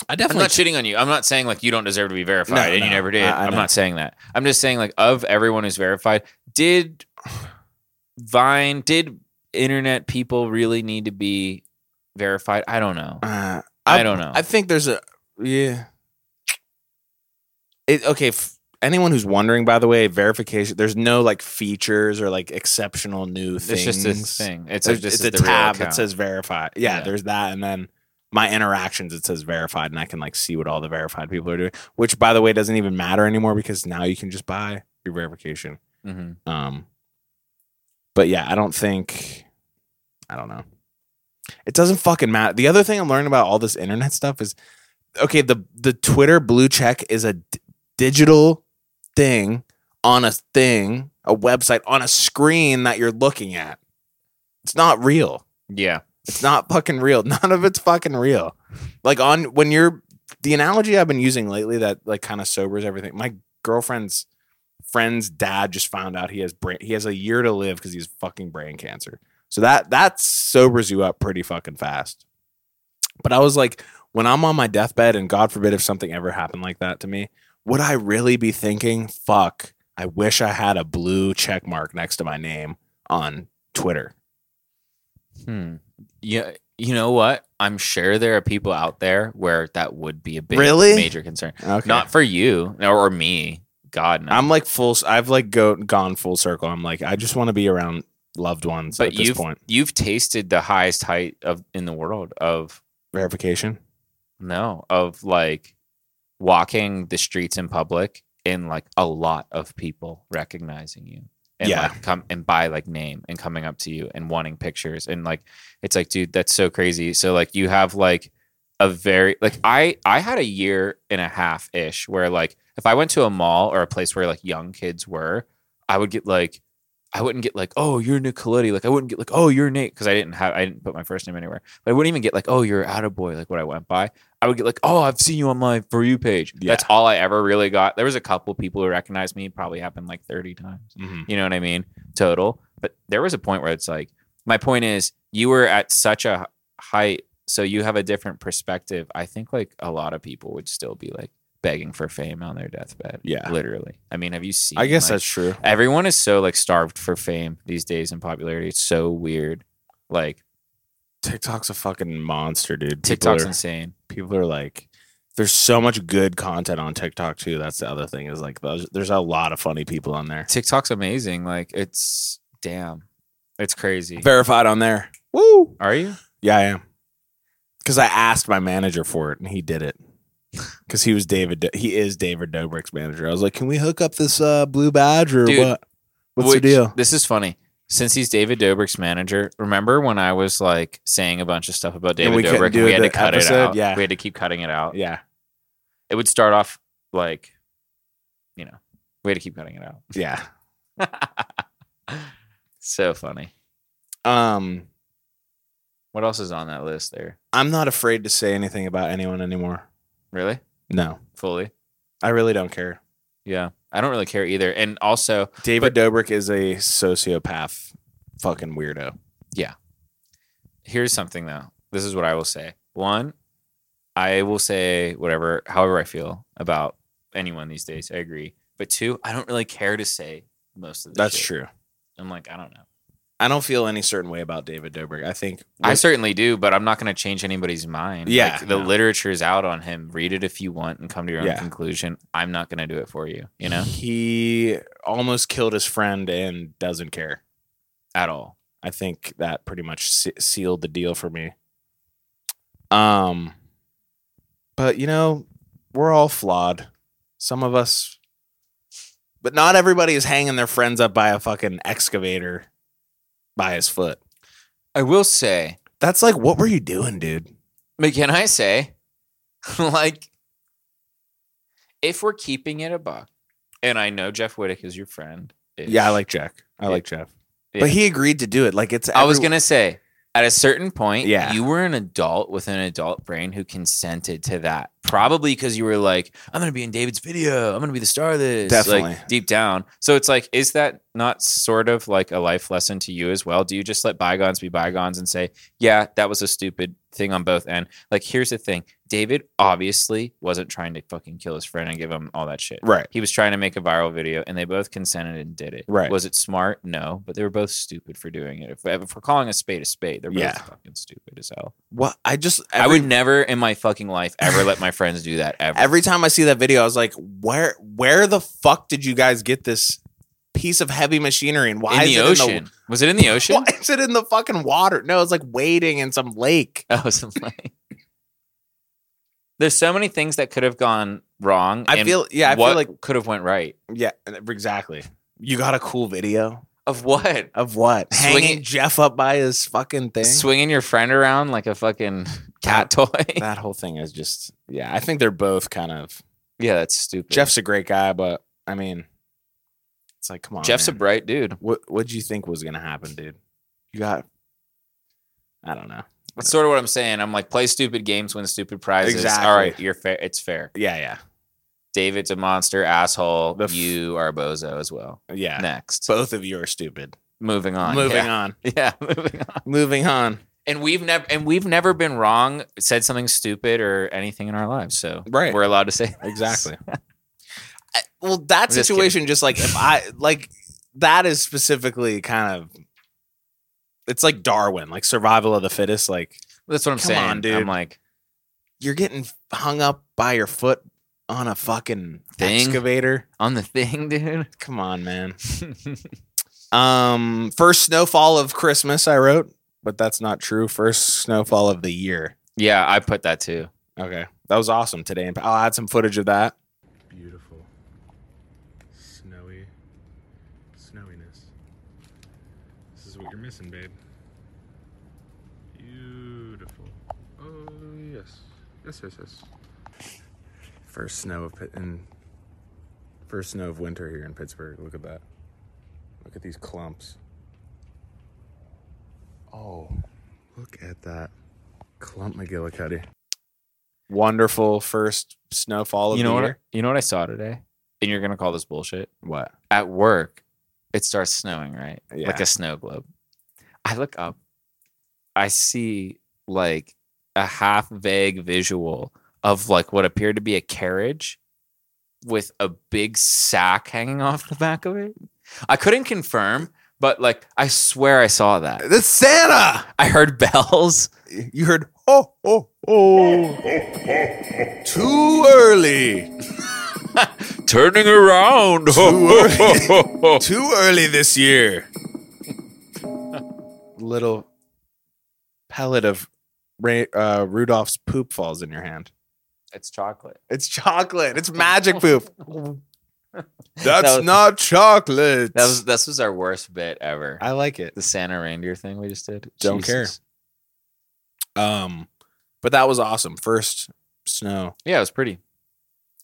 Speaker 2: I
Speaker 3: I'm not shitting on you. I'm not saying like you don't deserve to be verified
Speaker 2: No,
Speaker 3: and
Speaker 2: no.
Speaker 3: you never did.
Speaker 2: I- I
Speaker 3: I, am
Speaker 2: know.
Speaker 3: not saying that. I'm just saying like of everyone who's verified, did (sighs) Vine, did internet people really need to be verified? I don't know.
Speaker 2: Uh,
Speaker 3: I, don't know.
Speaker 2: I think there's a yeah. It okay. F- anyone who's wondering, by the way, verification. There's no like features or like exceptional new
Speaker 3: it's
Speaker 2: things.
Speaker 3: just this thing. It's,
Speaker 2: There's-
Speaker 3: just
Speaker 2: it's
Speaker 3: is
Speaker 2: a
Speaker 3: the real
Speaker 2: tab that
Speaker 3: account.
Speaker 2: says verified. Yeah,
Speaker 3: Yeah.
Speaker 2: there's that, and then my interactions it says verified, and I can like see what all the verified people are doing. Which, by the way, doesn't even matter anymore because now you can just buy your verification.
Speaker 3: Mhm.
Speaker 2: Um, but yeah, I don't think, I don't know. It doesn't fucking matter. The other thing I'm learning about all this internet stuff is, okay, the the Twitter blue check is a d- digital thing on a thing, a website on a screen that you're looking at. It's not real.
Speaker 3: Yeah.
Speaker 2: It's not fucking real. (laughs) None of it's fucking real. Like on when you're the analogy I've been using lately that like kind of sobers everything. My girlfriend's friend's dad just found out he has brain he has a year to live because he's fucking brain cancer. So that that sobers you up pretty fucking fast. But I was like, when I'm on my deathbed and God forbid if something ever happened like that to me, would I really be thinking, fuck, I wish I had a blue check mark next to my name on Twitter?
Speaker 3: Hmm. Yeah. you know what? I'm sure there are people out there where that would be a big
Speaker 2: Really?
Speaker 3: major concern.
Speaker 2: Okay.
Speaker 3: Not for you or, or me. God no.
Speaker 2: I'm like full. I've like go gone full circle. I'm like I just want to be around loved ones
Speaker 3: But
Speaker 2: at this
Speaker 3: you've-
Speaker 2: point.
Speaker 3: You've tasted the highest height of in the world of
Speaker 2: Verification.
Speaker 3: no of like walking the streets in public and like a lot of people recognizing you and
Speaker 2: Yeah.
Speaker 3: like come and by like name and coming up to you and wanting pictures and like it's like dude that's so crazy so like you have like a very like i i had a year and a half ish where like if i went to a mall or a place where like young kids were i would get like i wouldn't get like oh you're nicoletti like i wouldn't get like oh you're nate because i didn't have i didn't put my first name anywhere but i wouldn't even get like oh you're out of boy like what i went by i would get like oh i've seen you on my for you page
Speaker 2: Yeah.
Speaker 3: that's all i ever really got there was a couple people who recognized me probably happened like 30 times
Speaker 2: Mhm.
Speaker 3: you know what i mean total but there was a point where it's like my point is you were at such a height so you have a different perspective i think like a lot of people would still be like begging for fame on their deathbed
Speaker 2: Yeah.
Speaker 3: literally i mean have you seen
Speaker 2: I guess
Speaker 3: like,
Speaker 2: that's true.
Speaker 3: everyone is so like starved for fame these days and popularity it's so weird like
Speaker 2: TikTok's a fucking monster, dude. People
Speaker 3: tiktok's
Speaker 2: are-
Speaker 3: insane
Speaker 2: people are like there's so much good content on TikTok too. That's the other thing is like those, there's a lot of funny people on there.
Speaker 3: tiktok's amazing like it's damn it's crazy
Speaker 2: Verified on there. Woo.
Speaker 3: are you
Speaker 2: Yeah, I am. Cuz I asked my manager for it and he did (laughs) it. Cuz he was David Do- he is David Dobrik's manager. I was like, "Can we hook up this uh blue badge or
Speaker 3: Dude,
Speaker 2: what? What's
Speaker 3: Which-
Speaker 2: the deal?"
Speaker 3: This is funny. Since he's David Dobrik's manager, remember when I was like saying a bunch of stuff about David
Speaker 2: we couldn't
Speaker 3: Dobrik and
Speaker 2: do
Speaker 3: we had
Speaker 2: the
Speaker 3: to cut
Speaker 2: episode?
Speaker 3: it out?
Speaker 2: Yeah.
Speaker 3: We had to keep cutting it out.
Speaker 2: Yeah.
Speaker 3: It would start off like, you know, we had to keep cutting it
Speaker 2: Yeah.
Speaker 3: out. (laughs) so funny.
Speaker 2: Um
Speaker 3: What else is on that list there?
Speaker 2: I'm not afraid to say anything about anyone anymore.
Speaker 3: Really?
Speaker 2: No.
Speaker 3: Fully?
Speaker 2: I really don't care.
Speaker 3: Yeah. I don't really care either. And also,
Speaker 2: David Dobrik is a sociopath fucking weirdo.
Speaker 3: here's something though. This is what I will say. One, I will say whatever, however I feel about anyone these days. I agree. But two, I don't really care to say most of this.
Speaker 2: That's
Speaker 3: shit.
Speaker 2: true.
Speaker 3: I'm like, I don't know.
Speaker 2: I don't feel any certain way about David Dobrik. I think
Speaker 3: I certainly do, but I'm not going to change anybody's mind.
Speaker 2: Yeah,
Speaker 3: Like, the
Speaker 2: no.
Speaker 3: literature is out on him. Read it if you want and come to your own
Speaker 2: Yeah.
Speaker 3: conclusion. I'm not going to do it for you,
Speaker 2: (laughs)
Speaker 3: you know,
Speaker 2: he almost killed his friend and doesn't care.
Speaker 3: at all.
Speaker 2: I think that pretty much se- sealed the deal for me. Um, but you know, we're all flawed. Some of us, but not everybody is hanging their friends up by a fucking excavator by his foot.
Speaker 3: I will say,
Speaker 2: That's like, what were you doing, dude?
Speaker 3: But can I say, (laughs) like, if we're keeping it a buck, and I know Jeff Whittick is your friend.
Speaker 2: Yeah, I
Speaker 3: ish,
Speaker 2: like Jack. I
Speaker 3: Yeah.
Speaker 2: like Jeff.
Speaker 3: Yeah.
Speaker 2: But he agreed to do it. Like it's.
Speaker 3: I was
Speaker 2: every-
Speaker 3: gonna say, at a certain point,
Speaker 2: Yeah.
Speaker 3: you were an adult with an adult brain who consented to that. Probably because you were like, I'm gonna be in David's video. I'm gonna be the star of this. Like,
Speaker 2: Definitely.
Speaker 3: deep down. So it's like, is that not sort of like a life lesson to you as well? Do you just let bygones be bygones and say, yeah, that was a stupid thing on both end? Like, here's the thing. David obviously wasn't trying to fucking kill his friend and give him all that shit.
Speaker 2: Right.
Speaker 3: He was trying to make a viral video and they both consented and did it.
Speaker 2: Right.
Speaker 3: Was it smart? No, but they were both stupid for doing it. If, if we're calling a spade a spade, they're both
Speaker 2: Yeah.
Speaker 3: fucking stupid as hell.
Speaker 2: What I just
Speaker 3: I would never in my fucking life ever let my friends do that ever.
Speaker 2: every time I see that video, I was like, where where the fuck did you guys get this piece of heavy machinery and why
Speaker 3: in
Speaker 2: is
Speaker 3: the
Speaker 2: it
Speaker 3: ocean.
Speaker 2: in
Speaker 3: was it in the
Speaker 2: the
Speaker 3: ocean? (laughs)
Speaker 2: why is it in the fucking water? No, it's like wading in some lake.
Speaker 3: I was like, there's so many things that could have gone wrong.
Speaker 2: I
Speaker 3: and
Speaker 2: feel yeah, I
Speaker 3: what
Speaker 2: feel like
Speaker 3: could have went right.
Speaker 2: yeah, e, exactly. You got a cool video
Speaker 3: Of what?
Speaker 2: of what
Speaker 3: Swinging-
Speaker 2: hanging Jeff up by his fucking thing.
Speaker 3: (laughs) Swinging your friend around like a fucking cat toy.
Speaker 2: that whole thing is just yeah. I think they're both kind of
Speaker 3: (laughs) yeah, that's stupid.
Speaker 2: Jeff's a great guy, but I mean, it's like come on,
Speaker 3: Jeff's
Speaker 2: man.
Speaker 3: a bright dude.
Speaker 2: what what'd you think was gonna happen, dude? You got I don't know.
Speaker 3: That's sort of what I'm saying. I'm like, play stupid games, win stupid prizes.
Speaker 2: Exactly.
Speaker 3: All right, you're fair. It's fair.
Speaker 2: Yeah, yeah.
Speaker 3: David's a monster asshole.
Speaker 2: The f-
Speaker 3: you are a bozo as well.
Speaker 2: Yeah.
Speaker 3: Next,
Speaker 2: Both of you are stupid.
Speaker 3: moving on.
Speaker 2: moving
Speaker 3: yeah.
Speaker 2: on.
Speaker 3: (laughs) Yeah, moving on.
Speaker 2: Moving on.
Speaker 3: and we've never and we've never been wrong, said something stupid or anything in our lives. So
Speaker 2: Right.
Speaker 3: we're allowed to say (laughs)
Speaker 2: Exactly. I- well, that
Speaker 3: I'm just
Speaker 2: situation just like if I like that is specifically kind of it's like Darwin, like survival of the fittest. Like
Speaker 3: That's what I'm
Speaker 2: Come
Speaker 3: saying.
Speaker 2: on, dude.
Speaker 3: I'm like,
Speaker 2: You're getting hung up by your foot on a fucking
Speaker 3: Thing.
Speaker 2: excavator.
Speaker 3: on the thing, (laughs) dude.
Speaker 2: Come on,
Speaker 3: (laughs)
Speaker 2: man. Um, first snowfall of Christmas, I wrote, but that's not true. First snowfall of the year.
Speaker 3: yeah, I put that too.
Speaker 2: Okay, that was awesome today. and I'll add some footage of that.
Speaker 4: beautiful, snowy, snowiness. This is what you're missing, babe. Beautiful. Oh yes, yes, yes, yes.
Speaker 2: First snow of Pit- in first snow of winter here in Pittsburgh. Look at that. Look at these clumps.
Speaker 4: Oh, look at that clump McGillicuddy.
Speaker 2: Wonderful first snowfall of
Speaker 3: you know
Speaker 2: the
Speaker 3: what?
Speaker 2: year.
Speaker 3: You know what I saw today? And you're gonna call this bullshit.
Speaker 2: What?
Speaker 3: At work, it starts snowing, right? Like
Speaker 2: Yeah.
Speaker 3: a snow globe. I look up, I see like a half vague visual of like what appeared to be a carriage with a big sack hanging off the back of it. I couldn't confirm, but like I swear I saw that.
Speaker 2: That's Santa.
Speaker 3: I heard (laughs) bells.
Speaker 2: You heard oh oh oh. Too (laughs) early.
Speaker 3: Turning
Speaker 2: (laughs)
Speaker 3: around.
Speaker 2: Too early (laughs) this year. (laughs) Little pellet of Ra- uh, Rudolph's poop falls in your hand.
Speaker 3: it's chocolate.
Speaker 2: It's chocolate. It's magic (laughs) poop.
Speaker 3: That
Speaker 2: That's
Speaker 3: was-
Speaker 2: not chocolate.
Speaker 3: That was this was our worst bit ever.
Speaker 2: I like it.
Speaker 3: the Santa reindeer thing we just did.
Speaker 2: Don't Um, but that was awesome. First snow
Speaker 3: care. Yeah, it was pretty.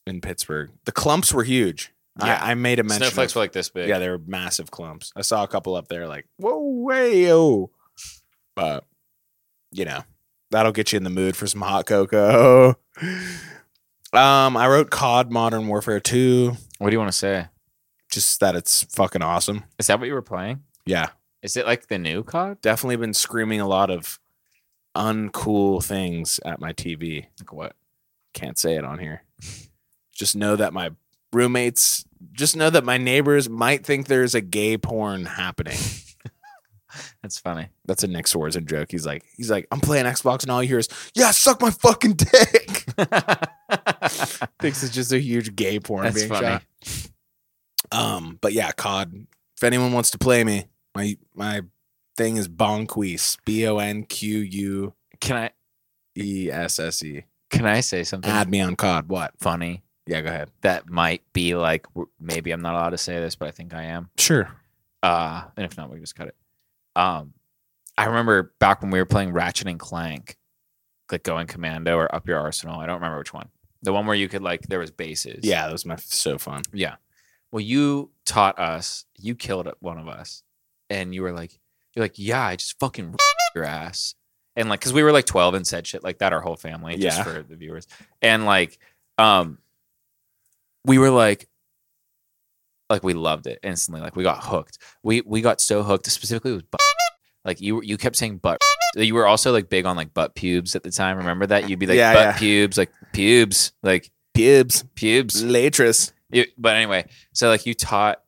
Speaker 2: in Pittsburgh. The clumps were huge.
Speaker 3: Yeah.
Speaker 2: I, I made a mention.
Speaker 3: Snowflakes
Speaker 2: of-
Speaker 3: were like this big.
Speaker 2: Yeah, they were massive clumps. I saw a couple up there, like whoa, way oh. But you know, that'll get you in the mood for some hot cocoa. (laughs) Um, I wrote COD Modern Warfare 2,
Speaker 3: What do you want to say?
Speaker 2: just that it's fucking awesome.
Speaker 3: Is that what you were playing?
Speaker 2: Yeah,
Speaker 3: Is it like the new COD?
Speaker 2: definitely been screaming a lot of uncool things at my TV.
Speaker 3: Like what?
Speaker 2: Can't say it on here. just know that my roommates, just know that my neighbors might think there's a gay porn happening.
Speaker 3: That's funny. (laughs)
Speaker 2: That's a Nick Swartzen joke. He's like, he's like, I'm playing Xbox and all you hear is, yeah, suck my fucking dick.
Speaker 3: That's
Speaker 2: (laughs) Thinks it's just a huge gay porn being
Speaker 3: funny.
Speaker 2: shot. Um, but yeah, COD. If anyone wants to play me, my my thing is Bonquise. B O N Q U
Speaker 3: Can I
Speaker 2: E S S E.
Speaker 3: can I say something
Speaker 2: Add me on COD. What?
Speaker 3: funny
Speaker 2: Yeah, go ahead.
Speaker 3: that might be like w- maybe I'm not allowed to say this, but I think I am.
Speaker 2: Sure.
Speaker 3: Uh, and if not, we can just cut it. Um, I remember back when we were playing Ratchet and Clank, like going commando or up your arsenal. I don't remember which one. The one where you could like there was bases.
Speaker 2: Yeah, that was my so fun.
Speaker 3: Yeah. Well, you taught us, you killed one of us. And you were like, you're like, yeah, I just fucking (laughs) your ass. And like, cause we were like 12 and said shit like that, our whole family,
Speaker 2: Yeah.
Speaker 3: just for the viewers. And like, um, we were like, like we loved it instantly. Like we got hooked. We we got so hooked, specifically with butt. (laughs) Like you you kept saying butt. (laughs) You were also like big on like butt pubes at the time. Remember that? You'd be like
Speaker 2: Yeah,
Speaker 3: butt
Speaker 2: yeah.
Speaker 3: pubes, like pubes, like
Speaker 2: Pibs,
Speaker 3: pubes.
Speaker 2: Latris.
Speaker 3: You but anyway, so like you taught,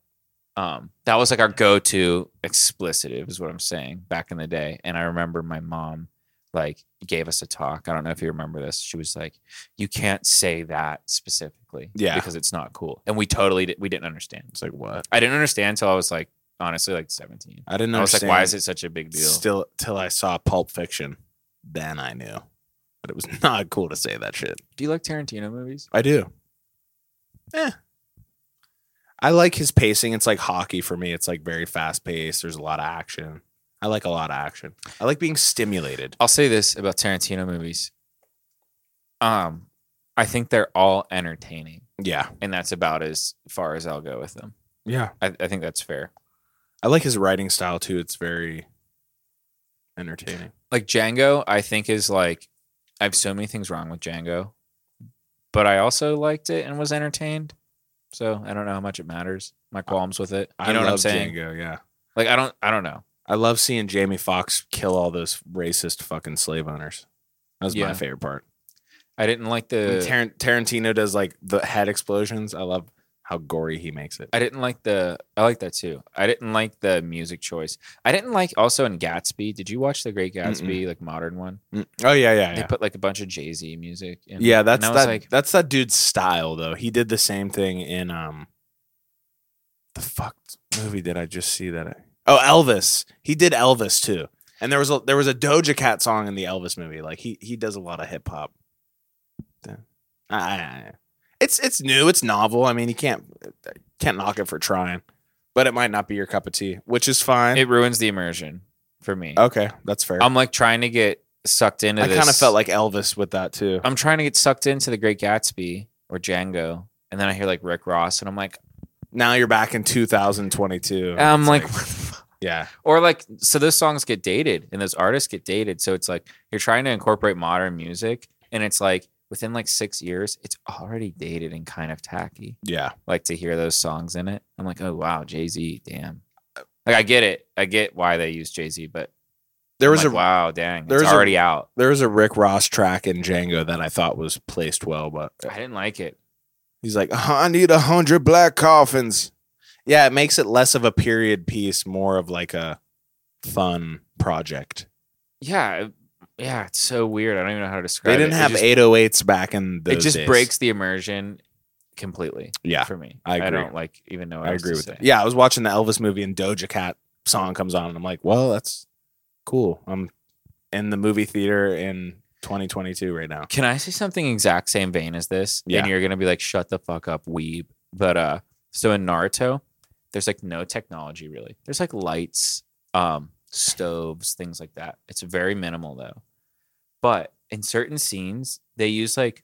Speaker 3: um, that was like our go-to explicitive, is what I'm saying back in the day. And I remember my mom like gave us a talk. I don't know if you remember this. She was like, "You can't say that specifically,
Speaker 2: Yeah.
Speaker 3: because it's not cool." And we totally did, we didn't understand.
Speaker 2: It's like what?
Speaker 3: I didn't understand until I was like, honestly, like 17.
Speaker 2: I didn't
Speaker 3: I was like,
Speaker 2: understand.
Speaker 3: "Why is it such a big deal?"
Speaker 2: Still, till I saw Pulp Fiction, then I knew. But it was (laughs) not cool to say that shit.
Speaker 3: Do you like Tarantino movies?
Speaker 2: I do. Yeah. Eh. I like his pacing. It's like hockey for me. It's like very fast paced. There's a lot of action. I like a lot of action. I like being stimulated.
Speaker 3: I'll say this about Tarantino movies. Um, I think they're all entertaining.
Speaker 2: Yeah.
Speaker 3: and that's about as far as I'll go with them.
Speaker 2: Yeah.
Speaker 3: I, I think that's fair.
Speaker 2: I like his writing style too. It's very entertaining.
Speaker 3: Like Django, I think is like I have so many things wrong with Django, but I also liked it and was entertained. So I don't know how much it matters. My qualms with it. You
Speaker 2: I
Speaker 3: know what I'm
Speaker 2: love
Speaker 3: saying?
Speaker 2: Django, yeah.
Speaker 3: Like I don't. I don't know.
Speaker 2: I love seeing Jamie Foxx kill all those racist fucking slave owners. That was
Speaker 3: Yeah.
Speaker 2: my favorite part.
Speaker 3: I didn't like
Speaker 2: And
Speaker 3: the.
Speaker 2: Tar- Tarantino does like the head explosions. I love how gory he makes it.
Speaker 3: I didn't like the. I like that too. I didn't like the music choice. I didn't like also in Gatsby. Did you watch the Great Gatsby, like modern one?
Speaker 2: Mm. Oh yeah, yeah,
Speaker 3: They
Speaker 2: yeah.
Speaker 3: put like a bunch of Jay Z music. In, it,
Speaker 2: Yeah, that's
Speaker 3: and I
Speaker 2: that.
Speaker 3: was like,
Speaker 2: that's that dude's style, though. He did the same thing in um, the fuck movie did I just see that? I, oh, Elvis. He did Elvis too, and there was a there was a Doja Cat song in the Elvis movie. Like he he does a lot of hip hop. Yeah. I- I- I- It's it's new. It's novel. I mean, you can't can't knock it for trying, but it might not be your cup of tea, which is fine.
Speaker 3: it ruins the immersion for me.
Speaker 2: okay, that's fair.
Speaker 3: I'm like trying to get sucked into
Speaker 2: I
Speaker 3: this.
Speaker 2: kind of felt like Elvis with that too.
Speaker 3: I'm trying to get sucked into the Great Gatsby or Django, and then I hear like Rick Ross, and I'm like,
Speaker 2: now you're back in 2022.
Speaker 3: I'm
Speaker 2: It's
Speaker 3: like,
Speaker 2: (laughs) yeah.
Speaker 3: or like, so those songs get dated, and those artists get dated. So it's like you're trying to incorporate modern music, and it's like within like six years, it's already dated and kind of tacky.
Speaker 2: Yeah.
Speaker 3: Like to hear those songs in it, I'm like, oh wow, Jay Z, damn. Like I get it, I get why they use Jay Z, but
Speaker 2: There was a
Speaker 3: wow, dang,
Speaker 2: there
Speaker 3: it's
Speaker 2: was a-
Speaker 3: already out.
Speaker 2: there was a Rick Ross track in Django that I thought was placed well, but
Speaker 3: I didn't like it.
Speaker 2: he's like, I need a hundred black coffins. Yeah, it makes it less of a period piece, more of like a fun project.
Speaker 3: Yeah, it- yeah, it's so weird. I don't even know how to describe
Speaker 2: They
Speaker 3: it.
Speaker 2: didn't
Speaker 3: It
Speaker 2: have
Speaker 3: just-
Speaker 2: 808s back in those
Speaker 3: it just
Speaker 2: days.
Speaker 3: breaks the immersion completely
Speaker 2: Yeah,
Speaker 3: for me.
Speaker 2: I agree.
Speaker 3: don't like even know. What
Speaker 2: I
Speaker 3: else
Speaker 2: agree
Speaker 3: to
Speaker 2: with
Speaker 3: say.
Speaker 2: that. Yeah, I was watching the Elvis movie and Doja Cat song comes on, and I'm like, well, that's cool. I'm in the movie theater in 2022 right now.
Speaker 3: Can I say something exact same vein as this?
Speaker 2: Yeah.
Speaker 3: And you're gonna be like, shut the fuck up, weeb. But uh, so in Naruto, there's like no technology really. There's like lights, um, stoves, things like that. It's very minimal though. But in certain scenes, they use like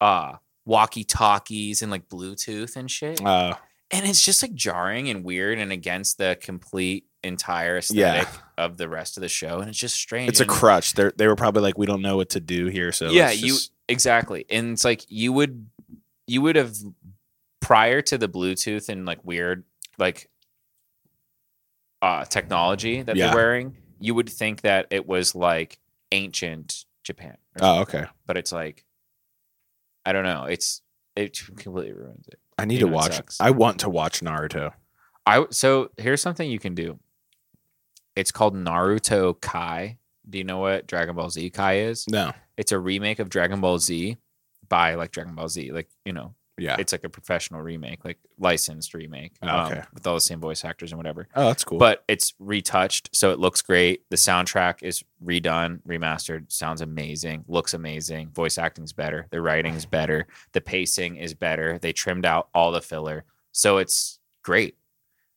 Speaker 3: uh walkie talkies and like Bluetooth and shit.
Speaker 2: Uh,
Speaker 3: and it's just like jarring and weird and against the complete entire
Speaker 2: Yeah.
Speaker 3: aesthetic of the rest of the show and it's just strange
Speaker 2: it's a
Speaker 3: And-
Speaker 2: crutch. They they were probably like, we don't know what to do here, so
Speaker 3: yeah
Speaker 2: let's
Speaker 3: you
Speaker 2: just-
Speaker 3: exactly and it's like you would you would have prior to the bluetooth and like weird like uh technology that
Speaker 2: Yeah.
Speaker 3: they're wearing you would think that it was like ancient japan or something,
Speaker 2: Oh, okay.
Speaker 3: but it's like i don't know it's it completely ruins it
Speaker 2: I need
Speaker 3: You
Speaker 2: to
Speaker 3: know, it
Speaker 2: watch.
Speaker 3: sucks.
Speaker 2: I want to watch Naruto.
Speaker 3: I w- so here's something you can do. It's called Naruto Kai. Do you know what Dragon Ball Z Kai is?
Speaker 2: No.
Speaker 3: It's a remake of Dragon Ball Z by like Dragon Ball Z, like you know,
Speaker 2: Yeah.
Speaker 3: it's like a professional remake, like licensed remake,
Speaker 2: Oh,
Speaker 3: um,
Speaker 2: okay.
Speaker 3: with all the same voice actors and whatever.
Speaker 2: oh, that's cool.
Speaker 3: But it's retouched, so it looks great. The soundtrack is redone, remastered, sounds amazing, looks amazing. Voice acting's better, the writing's better, the pacing is better. They trimmed out all the filler, so it's great.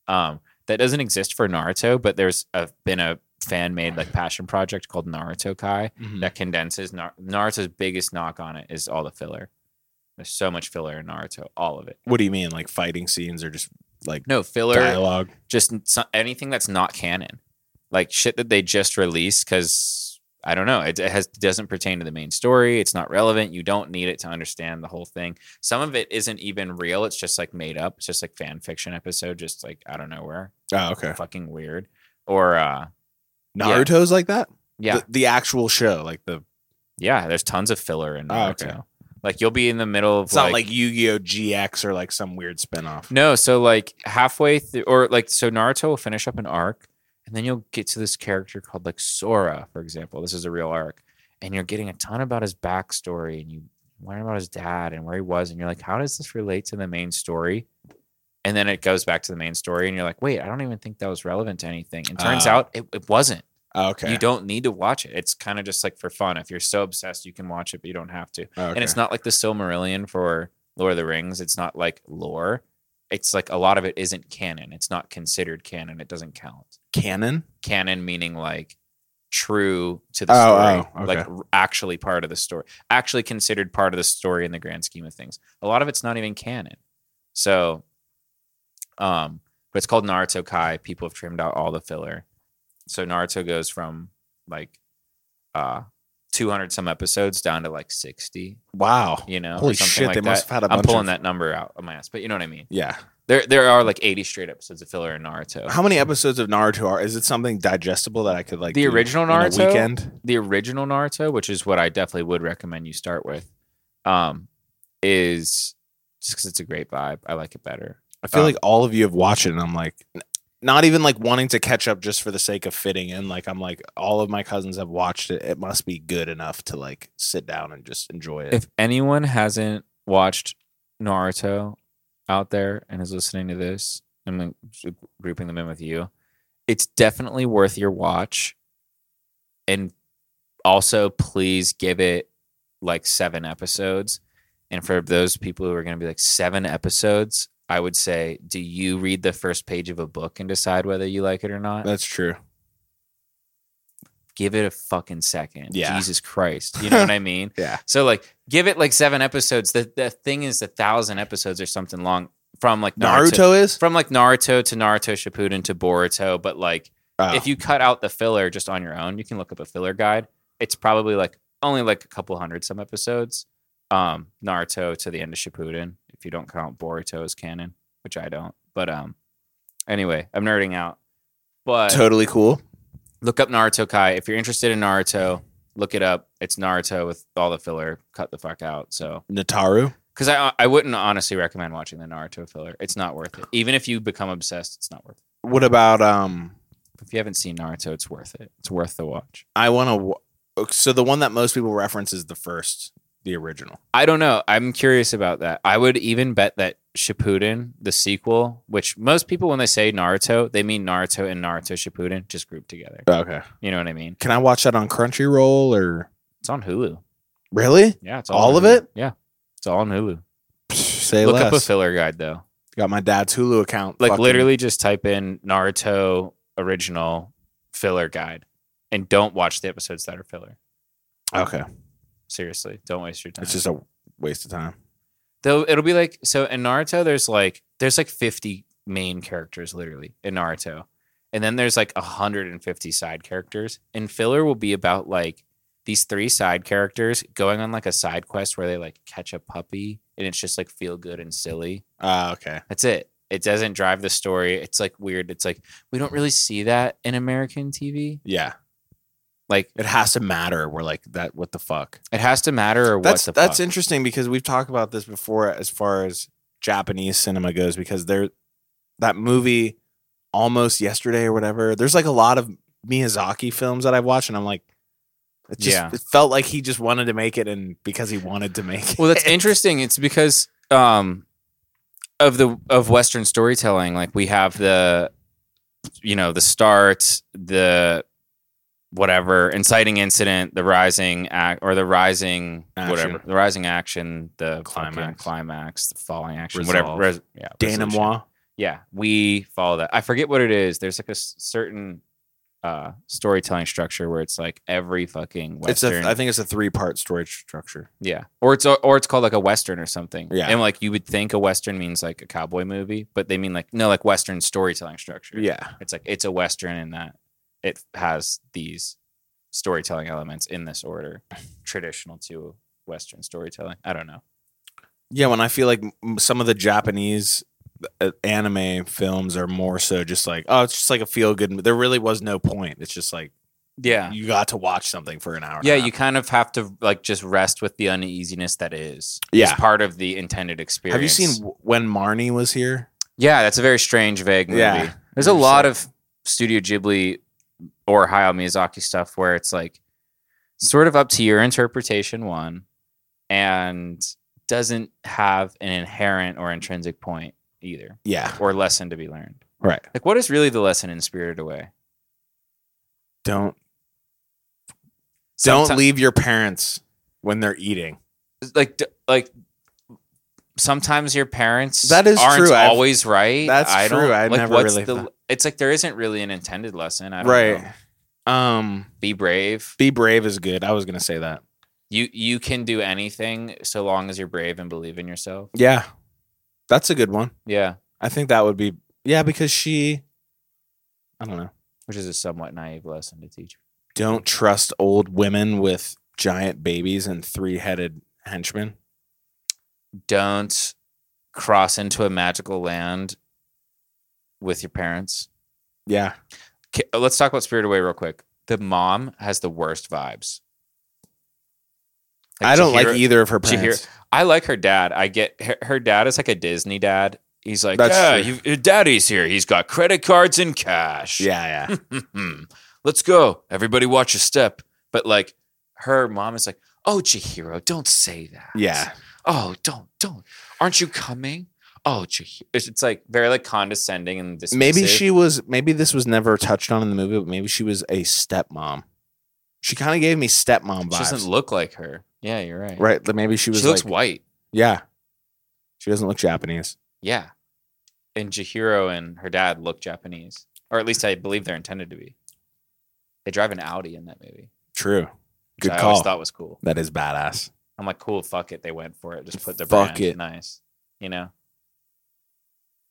Speaker 3: Um, that doesn't exist for Naruto, but there's a, been a fan made like passion project called Naruto Kai
Speaker 2: Mhm.
Speaker 3: that condenses Nar- Naruto's biggest knock on it is all the filler. There's so much filler in Naruto, all of it.
Speaker 2: what do you mean, like fighting scenes or just like
Speaker 3: No filler
Speaker 2: dialogue?
Speaker 3: just n- so- anything that's not canon, like shit that they just released because I don't know, it, it has doesn't pertain to the main story. It's not relevant. You don't need it to understand the whole thing. Some of it isn't even real. It's just like made up. It's just like fan fiction episode, just like out of nowhere,
Speaker 2: Oh, okay.
Speaker 3: fucking weird. Or uh,
Speaker 2: Naruto's like that.
Speaker 3: yeah,
Speaker 2: The, the actual show, like the.
Speaker 3: yeah. There's tons of filler in
Speaker 2: Oh,
Speaker 3: Naruto.
Speaker 2: okay.
Speaker 3: Like you'll be in the middle of
Speaker 2: It's not like Yu-Gi-Oh GX or like some weird spinoff.
Speaker 3: No, so like halfway through, or like so Naruto will finish up an arc, and then you'll get to this character called like Sora, for example. This is a real arc, and you're getting a ton about his backstory, and you learn about his dad and where he was, and you're like, how does this relate to the main story? And then it goes back to the main story, and you're like, wait, I don't even think that was relevant to anything. And turns
Speaker 2: Ah.
Speaker 3: out it, it wasn't.
Speaker 2: Oh, okay.
Speaker 3: You don't need to watch it. It's kind of just like for fun. If you're so obsessed, you can watch it, but you don't have to
Speaker 2: Oh,
Speaker 3: and it's not like the Silmarillion for Lord of the Rings. It's not like lore. It's like a lot of it isn't canon. It's not considered canon. It doesn't count.
Speaker 2: canon.
Speaker 3: Canon meaning like true to the
Speaker 2: Oh,
Speaker 3: story,
Speaker 2: oh,
Speaker 3: like
Speaker 2: okay.
Speaker 3: r- actually part of the story, actually considered part of the story in the grand scheme of things. A lot of it's not even canon. So, um, but it's called Naruto Kai. People have trimmed out all the filler. So Naruto goes from like uh 200 some episodes down to like 60
Speaker 2: Wow.
Speaker 3: you know, or
Speaker 2: Holy
Speaker 3: something
Speaker 2: shit,
Speaker 3: like
Speaker 2: they must
Speaker 3: that.
Speaker 2: have had a
Speaker 3: I'm
Speaker 2: bunch
Speaker 3: pulling
Speaker 2: of-
Speaker 3: that number out of my ass, but you know what I mean.
Speaker 2: Yeah.
Speaker 3: There, there are like 80 straight episodes of filler in Naruto.
Speaker 2: How many episodes of Naruto are? Is it something digestible that I could like
Speaker 3: The
Speaker 2: do
Speaker 3: original
Speaker 2: in a
Speaker 3: Naruto?
Speaker 2: weekend?
Speaker 3: the original Naruto, which is what I definitely would recommend you start with, um, is just because it's a great vibe. I like it better.
Speaker 2: I feel
Speaker 3: Uh,
Speaker 2: like all of you have watched it, and I'm like, n- not even like wanting to catch up just for the sake of fitting in. Like, I'm like, all of my cousins have watched it. It must be good enough to like sit down and just enjoy it.
Speaker 3: If anyone hasn't watched Naruto out there and is listening to this, I'm like, g- grouping them in with you. It's definitely worth your watch. And also, please give it like seven episodes. And for those people who are going to be like, seven episodes, I would say, do you read the first page of a book and decide whether you like it or not?
Speaker 2: That's true.
Speaker 3: give it a fucking second.
Speaker 2: Yeah.
Speaker 3: Jesus Christ. You
Speaker 2: (laughs)
Speaker 3: know what I mean?
Speaker 2: Yeah.
Speaker 3: So like give it like seven episodes. The the thing is a thousand episodes or something long from like Naruto,
Speaker 2: Naruto is.
Speaker 3: from like Naruto to Naruto Shippuden to Boruto, but like
Speaker 2: Oh,
Speaker 3: if you cut out the filler just on your own, you can look up a filler guide. It's probably like only like a couple hundred some episodes. Um Naruto to the end of Shippuden if you don't count Boruto as canon, which I don't. But um anyway, I'm nerding out. But
Speaker 2: totally cool.
Speaker 3: look up Naruto Kai. If you're interested in Naruto, look it up. It's Naruto with all the filler. Cut the fuck out. So,
Speaker 2: Nataru.
Speaker 3: because I I wouldn't honestly recommend watching the Naruto filler. It's not worth it. Even if you become obsessed, it's not worth it.
Speaker 2: What about um?
Speaker 3: If you haven't seen Naruto, it's worth it. It's worth the watch.
Speaker 2: I want to. So the one that most people reference is the first, the original.
Speaker 3: I don't know. I'm curious about that. I would even bet that Shippuden, the sequel, which most people when they say Naruto, they mean Naruto and Naruto Shippuden just grouped together.
Speaker 2: Okay.
Speaker 3: You know what I mean?
Speaker 2: Can I watch that on Crunchyroll or
Speaker 3: It's on Hulu.
Speaker 2: really?
Speaker 3: Yeah, it's
Speaker 2: All of
Speaker 3: on Hulu.
Speaker 2: it?
Speaker 3: Yeah, it's all on Hulu.
Speaker 2: Say
Speaker 3: look up a
Speaker 2: less.
Speaker 3: filler guide though.
Speaker 2: Got my dad's Hulu account.
Speaker 3: like
Speaker 2: fucking-
Speaker 3: literally just type in Naruto original filler guide and don't watch the episodes that are filler.
Speaker 2: Okay.
Speaker 3: Seriously, don't waste your time.
Speaker 2: It's just a waste of time.
Speaker 3: Though it'll be like so in Naruto there's like there's like 50 main characters literally in Naruto. And then there's like 150 side characters and filler will be about like these three side characters going on like a side quest where they like catch a puppy and it's just like feel good and silly.
Speaker 2: Ah, okay.
Speaker 3: That's it. It doesn't drive the story. It's like weird. It's like we don't really see that in American TV.
Speaker 2: Yeah.
Speaker 3: Like
Speaker 2: It has to matter. We're like that. What the fuck?
Speaker 3: it has to matter or
Speaker 2: That's
Speaker 3: what the
Speaker 2: that's (laughs)
Speaker 3: fuck.
Speaker 2: interesting because we've talked about this before as far as Japanese cinema goes because there, that movie, almost yesterday or whatever. There's like a lot of Miyazaki films that I've watched and I'm like, it just
Speaker 3: Yeah.
Speaker 2: it felt like he just wanted to make it and because he wanted to make it.
Speaker 3: well, that's interesting. It's because um of the of Western storytelling, like we have the you know, the start, the whatever, inciting incident, the rising act or the rising whatever,
Speaker 2: Action.
Speaker 3: the rising action, the fucking
Speaker 2: Climax.
Speaker 3: climax, the falling action,
Speaker 2: Resolve.
Speaker 3: whatever. res- yeah, resolution.
Speaker 2: Dynamo.
Speaker 3: yeah we follow that i forget what it is there's like a s- certain uh storytelling structure where it's like every fucking
Speaker 2: It's
Speaker 3: western
Speaker 2: a. I think it's a three part story structure.
Speaker 3: yeah or it's or it's called like a western or something
Speaker 2: Yeah.
Speaker 3: and like you would think a western means like a cowboy movie but they mean like no like western storytelling structure
Speaker 2: Yeah.
Speaker 3: it's like it's a western in that it has these storytelling elements in this order traditional to western storytelling i don't know
Speaker 2: Yeah, when I feel like m- some of the Japanese uh, anime films are more so just like, oh, it's just like a feel good. There really was no point. It's just like
Speaker 3: yeah
Speaker 2: you got to watch something for an hour. and a
Speaker 3: yeah
Speaker 2: half.
Speaker 3: you kind of have to like just rest with the uneasiness that is
Speaker 2: Yeah.
Speaker 3: it's part of the intended experience
Speaker 2: Have you seen w- when Marnie was here?
Speaker 3: yeah that's a very strange vague movie
Speaker 2: Yeah.
Speaker 3: there's a lot of studio ghibli or hayao miyazaki stuff where it's like sort of up to your interpretation one and doesn't have an inherent or intrinsic point either
Speaker 2: Yeah,
Speaker 3: or lesson to be learned
Speaker 2: right.
Speaker 3: like what is really the lesson in spirited away
Speaker 2: Don't
Speaker 3: Someti-
Speaker 2: don't leave your parents when they're eating.
Speaker 3: like d- like sometimes your parents
Speaker 2: That is
Speaker 3: aren't
Speaker 2: true. I've-
Speaker 3: always right.
Speaker 2: that's
Speaker 3: I don't,
Speaker 2: true. I
Speaker 3: like,
Speaker 2: never
Speaker 3: what's
Speaker 2: really
Speaker 3: the,
Speaker 2: thought-
Speaker 3: It's like there isn't really an intended lesson. I don't
Speaker 2: Right.
Speaker 3: know.
Speaker 2: Um,
Speaker 3: Be brave.
Speaker 2: be brave is good. I was gonna say that.
Speaker 3: You you can do anything so long as you're brave and believe in yourself.
Speaker 2: Yeah, that's a good one.
Speaker 3: Yeah,
Speaker 2: I think that would be yeah because she, I don't know.
Speaker 3: which is a somewhat naive lesson to teach.
Speaker 2: don't trust old women with giant babies and three-headed henchmen.
Speaker 3: Don't cross into a magical land with your parents.
Speaker 2: Yeah.
Speaker 3: K- Let's talk about Spirit Away real quick. The mom has the worst vibes.
Speaker 2: I don't
Speaker 3: Chihiro-
Speaker 2: like either of her
Speaker 3: Chihiro-
Speaker 2: plans.
Speaker 3: I like her dad. I get her, her dad is like a Disney dad. He's like,
Speaker 2: That's
Speaker 3: yeah,
Speaker 2: true.
Speaker 3: you, your daddy's here. He's got credit cards and cash.
Speaker 2: Yeah, yeah.
Speaker 3: Mhm. (laughs) Let's go. Everybody watch your step. But like her mom is like, oh, Chihiro, don't say that.
Speaker 2: Yeah.
Speaker 3: Oh, don't, don't. Aren't you coming? Oh, Chihiro. It's, it's like very like condescending and dismissive.
Speaker 2: Maybe she was maybe this was never touched on in the movie, but maybe she was a stepmom. She kind of gave me stepmom
Speaker 3: She
Speaker 2: vibes.
Speaker 3: doesn't look like her. Yeah, you're right.
Speaker 2: right. like, Maybe she
Speaker 3: She,
Speaker 2: was
Speaker 3: looks
Speaker 2: like
Speaker 3: white.
Speaker 2: Yeah. She doesn't look Japanese.
Speaker 3: Yeah. And Jihiro and her dad look Japanese, or at least I believe they're intended to be. They drive an Audi in that movie,
Speaker 2: True.
Speaker 3: which
Speaker 2: Good
Speaker 3: I
Speaker 2: call.
Speaker 3: always thought was cool.
Speaker 2: that is badass.
Speaker 3: I'm like, cool, fuck it. They went for it. Just put their
Speaker 2: Fuck
Speaker 3: brand.
Speaker 2: it.
Speaker 3: Nice. You know,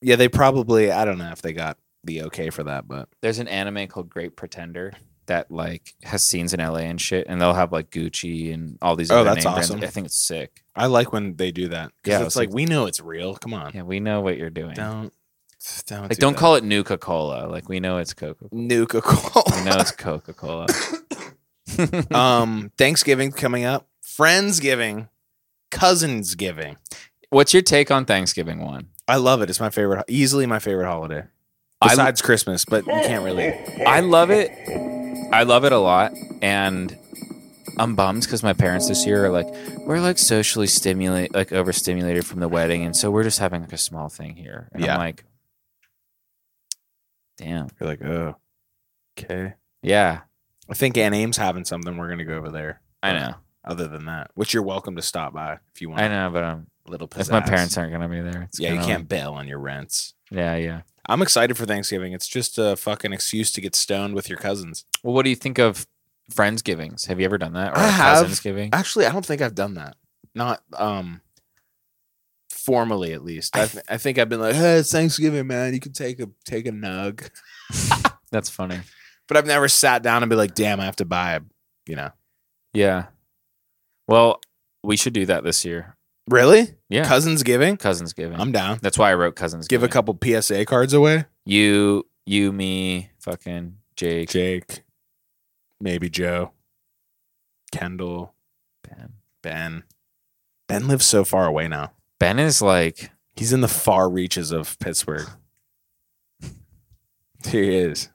Speaker 2: Yeah, they probably I don't know if they got the okay for that, but
Speaker 3: there's an anime called Great Pretender that like has scenes in LA and shit, and they'll have like Gucci and all these.
Speaker 2: Oh,
Speaker 3: other
Speaker 2: that's
Speaker 3: name brands.
Speaker 2: awesome.
Speaker 3: I think it's sick.
Speaker 2: I like when they do that.
Speaker 3: Yeah,
Speaker 2: Yeah,
Speaker 3: I
Speaker 2: it's
Speaker 3: was
Speaker 2: like,
Speaker 3: like-
Speaker 2: we know it's real. Come on.
Speaker 3: Yeah, we know what you're doing.
Speaker 2: Don't don't
Speaker 3: like,
Speaker 2: do
Speaker 3: don't
Speaker 2: that.
Speaker 3: call it Nuka Cola. Like, we know it's Coca.
Speaker 2: Nuka
Speaker 3: We
Speaker 2: Cola.
Speaker 3: know
Speaker 2: (coughs)
Speaker 3: it's Coca Cola.
Speaker 2: (laughs) um, Thanksgiving coming up, Friendsgiving, Cousinsgiving.
Speaker 3: (laughs) What's your take on Thanksgiving one?
Speaker 2: I love it. It's my favorite, easily my favorite holiday
Speaker 3: I-
Speaker 2: besides Christmas. But you can't really.
Speaker 3: I love it. I love it a lot, and I'm bummed because my parents this year are like, we're like socially stimulate, like overstimulated from the wedding, and so we're just having like a small thing here. And
Speaker 2: Yeah.
Speaker 3: I'm like, damn,
Speaker 2: You're like, oh, okay.
Speaker 3: yeah,
Speaker 2: I think Ann Ames having something. We're gonna go over there.
Speaker 3: I know,
Speaker 2: Other than that, which you're welcome to stop by if you want.
Speaker 3: I know, but um,
Speaker 2: A little pizzazz.
Speaker 3: if my parents aren't gonna be there, it's
Speaker 2: yeah, you
Speaker 3: gonna,
Speaker 2: can't bail on your rents.
Speaker 3: like- yeah, yeah.
Speaker 2: I'm excited for Thanksgiving. It's just a fucking excuse to get stoned with your cousins.
Speaker 3: Well, what do you think of friendsgivings? Have you ever done that or
Speaker 2: I have.
Speaker 3: cousinsgiving?
Speaker 2: Actually, I don't think I've done that. Not um formally at least. I, th- I think I've been like, "Hey, it's Thanksgiving, man. You can take a take a nug."
Speaker 3: That's funny.
Speaker 2: But I've never sat down and be like, "Damn, I have to buy a, you know."
Speaker 3: Yeah. Well, we should do that this year.
Speaker 2: Really?
Speaker 3: Yeah,
Speaker 2: Cousins giving?
Speaker 3: cousinsgiving.
Speaker 2: I'm down.
Speaker 3: That's why I wrote cousins.
Speaker 2: Give a couple PSA cards away.
Speaker 3: You, you, me, fucking Jake,
Speaker 2: Jake, maybe Joe, Kendall,
Speaker 3: Ben.
Speaker 2: Ben. Ben lives so far away now.
Speaker 3: Ben is like,
Speaker 2: He's in the far reaches of Pittsburgh. he is.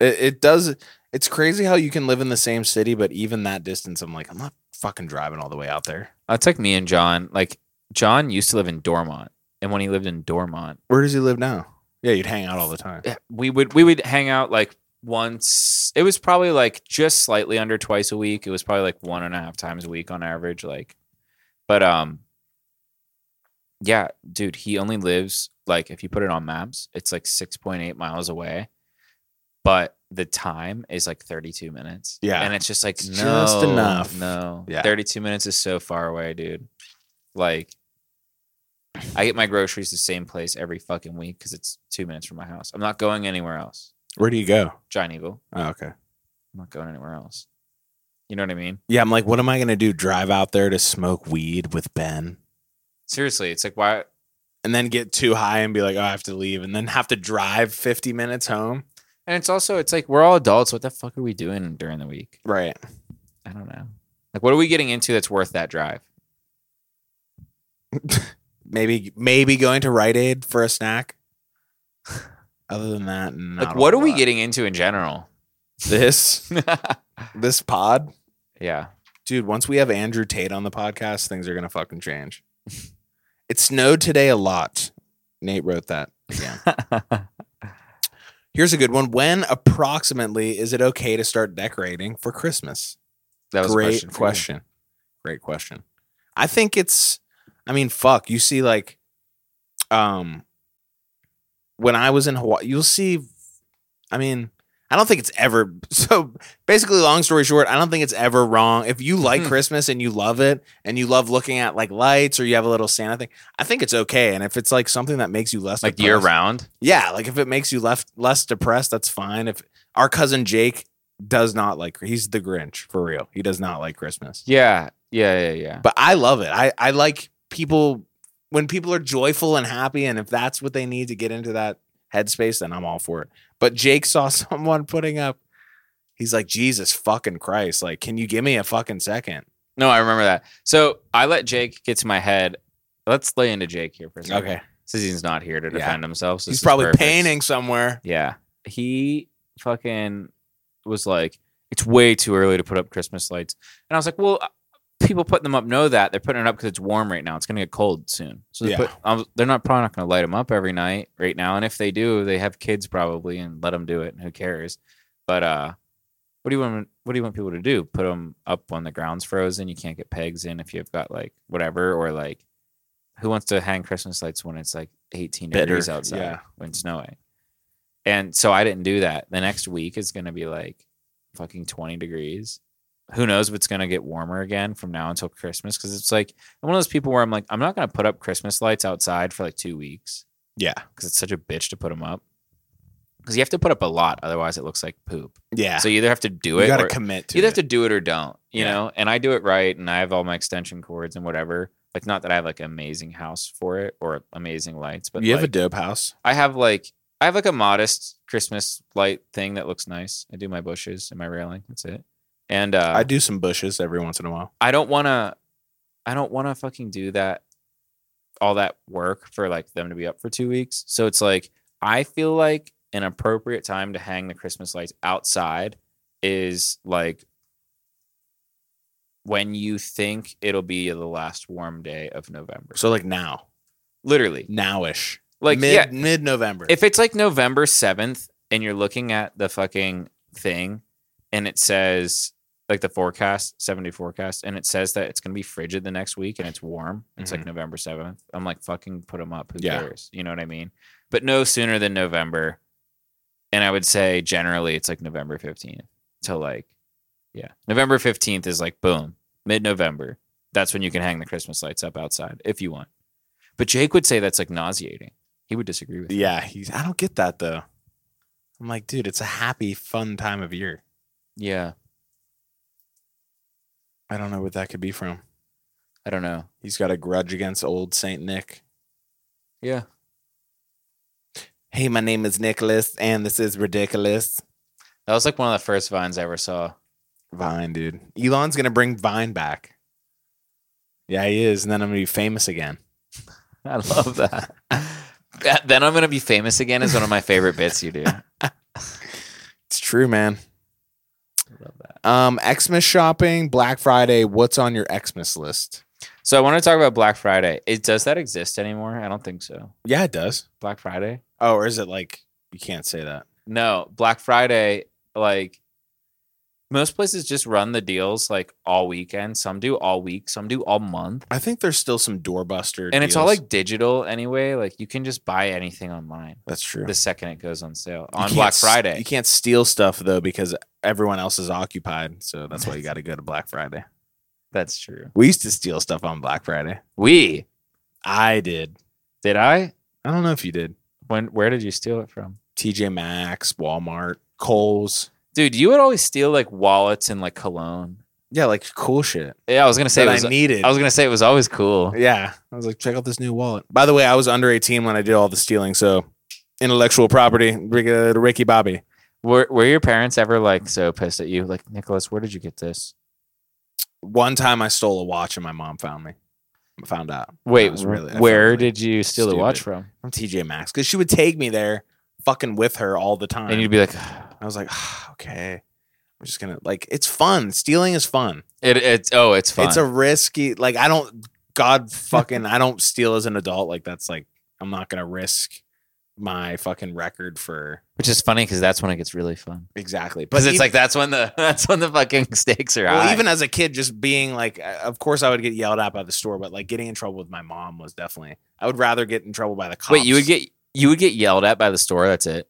Speaker 2: It, it does. It's crazy how you can live in the same city, but even that distance, I'm like, I'm not fucking driving all the way out there.
Speaker 3: that's like me and John. Like John used to live in Dormont, and when he lived in Dormont, eh,
Speaker 2: Where does he live now? Yeah, you'd hang out all the time.
Speaker 3: we would we would hang out like once. It was probably like just slightly under twice a week. It was probably like one and a half times a week on average. Like, but um, yeah, dude, he only lives like if you put it on maps, it's like six point eight miles away, but the time is like thirty two minutes.
Speaker 2: Yeah.
Speaker 3: and it's just like
Speaker 2: It's
Speaker 3: no,
Speaker 2: just enough.
Speaker 3: No,
Speaker 2: Yeah.
Speaker 3: thirty two minutes is so far away, dude. Like, I get my groceries the same place every fucking week because it's two minutes from my house. I'm not going anywhere else.
Speaker 2: Where do you go?
Speaker 3: Giant Eagle.
Speaker 2: Oh, okay.
Speaker 3: I'm not going anywhere else. You know what I mean?
Speaker 2: Yeah, I'm like, what am I gonna do? Drive out there to smoke weed with Ben,
Speaker 3: Seriously, it's like why?
Speaker 2: and then get too high and be like, oh, I have to leave, and then have to drive 50 minutes home.
Speaker 3: And it's also it's like we're all adults. What the fuck are we doing during the week?
Speaker 2: Right.
Speaker 3: I don't know. Like, what are we getting into that's worth that drive?
Speaker 2: Maybe maybe going to Rite Aid for a
Speaker 3: (laughs)
Speaker 2: snack. Other than that, not
Speaker 3: like,
Speaker 2: a
Speaker 3: what are we
Speaker 2: lot.
Speaker 3: getting into in general? (laughs)
Speaker 2: this this pod
Speaker 3: yeah.
Speaker 2: (laughs) dude once we have andrew tate on the podcast things are gonna fucking change it snowed today a lot nate wrote that again here's a good one when approximately is it okay to start decorating for christmas
Speaker 3: That was a
Speaker 2: great
Speaker 3: for you.
Speaker 2: question. Great question. I think it's I mean, fuck, you see like um when I was in Hawaii, you'll see I mean, I don't think it's ever (laughs) so basically long story short, I don't think it's ever wrong. If you like
Speaker 3: Mhm.
Speaker 2: Christmas and you love it and you love looking at like lights or you have a little Santa thing, I think it's okay. And if it's like something that makes you less
Speaker 3: Like year
Speaker 2: depressed-
Speaker 3: round.
Speaker 2: yeah, like if it makes you left less depressed, that's fine. If our cousin Jake does not like, he's the Grinch for real. He does not like Christmas,
Speaker 3: Yeah. Yeah. Yeah. Yeah.
Speaker 2: but I love it. I I like people when people are joyful and happy, and if that's what they need to get into that headspace, then I'm all for it. But Jake (laughs) saw someone putting up, he's like, Jesus fucking Christ, like, can you give me a fucking second?
Speaker 3: No, I remember that. So I let Jake get to my head. Let's lay into Jake here for a second.
Speaker 2: Okay.
Speaker 3: Since he's not here to
Speaker 2: Yeah.
Speaker 3: defend himself. so
Speaker 2: He's
Speaker 3: this is
Speaker 2: probably
Speaker 3: perfect.
Speaker 2: painting somewhere.
Speaker 3: Yeah. He fucking was like, it's way too early to put up Christmas lights. And I was like, well, uh, people putting them up know that. They're putting it up because it's warm right now. It's going to get cold soon. So they
Speaker 2: Yeah.
Speaker 3: put, I was, they're not probably not going to light them up every night right now. And if they do, they have kids probably and let them do it. And who cares? But, uh, what do you want? What do you want people to do? Put them up when the ground's frozen. You can't get pegs in if you've got like whatever, or like, who wants to hang Christmas lights when it's like 18
Speaker 2: Bitter,
Speaker 3: degrees outside
Speaker 2: yeah.
Speaker 3: when it's snowing? And so I didn't do that. The next week is going to be like fucking 20 degrees. Who knows if it's going to get warmer again from now until Christmas? Because it's like, I'm one of those people where I'm like, I'm not going to put up Christmas lights outside for like two weeks
Speaker 2: Yeah.
Speaker 3: because it's such a bitch to put them up. Because you have to put up a lot, otherwise it looks like poop.
Speaker 2: Yeah.
Speaker 3: So you either have to do
Speaker 2: you
Speaker 3: it,
Speaker 2: got to
Speaker 3: or,
Speaker 2: commit to
Speaker 3: you either
Speaker 2: it.
Speaker 3: have to do it or don't, you
Speaker 2: Yeah.
Speaker 3: know? And I do it right and I have all my extension cords and whatever. Like, not that I have like an amazing house for it or amazing lights, but
Speaker 2: you
Speaker 3: like,
Speaker 2: have a dope house.
Speaker 3: I have like I have like a modest Christmas light thing that looks nice. I do my bushes and my railing. That's it. And uh,
Speaker 2: I do some bushes every once in a while.
Speaker 3: I don't want to. I don't want to fucking do that. All that work for like them to be up for two weeks. So it's like I feel like an appropriate time to hang the Christmas lights outside is like when you think it'll be the last warm day of November. So
Speaker 2: So like now,
Speaker 3: literally,
Speaker 2: nowish,
Speaker 3: like
Speaker 2: mid
Speaker 3: yeah,
Speaker 2: mid November.
Speaker 3: if it's like November 7th and you're looking at the fucking thing and it says like the forecast, 70 forecast, and it says that it's going to be frigid the next week and it's warm. It's like November 7th. I'm like, fucking put them up. Who
Speaker 2: Mm-hmm. Yeah.
Speaker 3: cares? You know what I mean? But no sooner than November. And I would say generally it's like November 15th to like, yeah, November 15th is like, boom, mid November. That's when you can hang the Christmas lights up outside if you want. But Jake would say that's like nauseating. He would disagree with me.
Speaker 2: yeah, he's, I don't get that though. I'm like, dude, it's a happy, fun time of year.
Speaker 3: Yeah.
Speaker 2: I don't know what that could be from.
Speaker 3: I don't know.
Speaker 2: He's got a grudge against old Saint Nick.
Speaker 3: Yeah.
Speaker 2: Hey, my name is Nicholas, and this is ridiculous.
Speaker 3: That was like one of the first vines I ever saw.
Speaker 2: Vine, dude. Elon's gonna bring Vine back. Yeah, he is, and then I'm gonna be famous again.
Speaker 3: (laughs) I love (laughs) that. That- then I'm going to be famous again is one of my favorite bits you do. (laughs) I
Speaker 2: It's true, man.
Speaker 3: love that.
Speaker 2: Um, Xmas shopping, Black Friday. What's on your Xmas list?
Speaker 3: So I want to talk about Black Friday. It, does that exist anymore? I don't think so.
Speaker 2: Yeah, it does.
Speaker 3: Black Friday?
Speaker 2: Oh, or is it like you can't say that?
Speaker 3: No, Black Friday, like most places just run the deals like all weekend. Some do all week, some do all month.
Speaker 2: I think there's still some doorbuster,
Speaker 3: And it's all
Speaker 2: deals.
Speaker 3: like digital anyway. Like you can just buy anything online
Speaker 2: that's true.
Speaker 3: the second it goes on sale
Speaker 2: You
Speaker 3: on
Speaker 2: can't
Speaker 3: Black
Speaker 2: s-
Speaker 3: Friday.
Speaker 2: you can't steal stuff though because everyone else is occupied. So that's why you got to go to Black Friday.
Speaker 3: That's true.
Speaker 2: We used to steal stuff on Black Friday.
Speaker 3: We
Speaker 2: I did.
Speaker 3: did I?
Speaker 2: I don't know if you did.
Speaker 3: When where did you steal it from?
Speaker 2: TJ Maxx, Walmart, Kohl's.
Speaker 3: Dude, you would always steal like wallets and like cologne.
Speaker 2: Yeah, like cool shit
Speaker 3: Yeah, I was gonna say
Speaker 2: that
Speaker 3: it was, uh,
Speaker 2: I
Speaker 3: I,
Speaker 2: needed.
Speaker 3: was gonna say it was always cool.
Speaker 2: yeah, I was like, check out this new wallet. By the way, I was under 18 when I did all the stealing. So intellectual property, Ricky, uh, Ricky Bobby.
Speaker 3: Were were your parents ever like so pissed at you? Like, Nicholas, where did you get this?
Speaker 2: One time I stole a watch and my mom found me. Found out.
Speaker 3: Wait,
Speaker 2: was really- I felt
Speaker 3: where
Speaker 2: really
Speaker 3: did you steal the watch from?
Speaker 2: from TJ Maxx because she would take me there fucking with her all the time.
Speaker 3: And you'd be like, (sighs)
Speaker 2: I was like, (sighs) "Ah, okay, I'm just gonna like it's fun. Stealing is fun.
Speaker 3: it, it's oh, it's fun.
Speaker 2: It's a risky like I don't God fucking I don't steal as an adult. Like that's like I'm not gonna risk my fucking record for
Speaker 3: which is funny because that's when it gets really fun.
Speaker 2: exactly. But
Speaker 3: Because it's
Speaker 2: ev-
Speaker 3: like that's when the (laughs) that's when the fucking stakes are
Speaker 2: well,
Speaker 3: high.
Speaker 2: even as a kid, just being like, I- of course I would get yelled at by the store, but like getting in trouble with my mom was definitely. I would rather get in trouble by the cops.
Speaker 3: wait, you would get you would get yelled at by the store. That's it.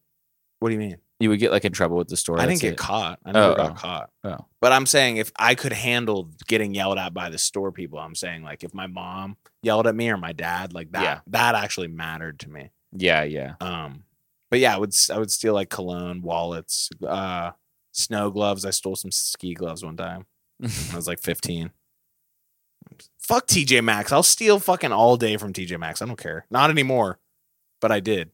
Speaker 2: What do you mean?
Speaker 3: You would get like in trouble with the store.
Speaker 2: I
Speaker 3: that's
Speaker 2: didn't get
Speaker 3: it.
Speaker 2: caught. I never
Speaker 3: Oh,
Speaker 2: got
Speaker 3: oh.
Speaker 2: caught.
Speaker 3: Oh.
Speaker 2: But I'm saying if I could handle getting yelled at by the store people, I'm saying like if my mom yelled at me or my dad, like that,
Speaker 3: Yeah.
Speaker 2: that actually mattered to me.
Speaker 3: Yeah, yeah.
Speaker 2: Um, but yeah, I would s- I would steal like cologne, wallets, uh, snow gloves. I stole some ski gloves one time. when I was like 15. Fuck TJ Maxx. I'll steal fucking all day from TJ Maxx. I don't care. Not anymore, but I did.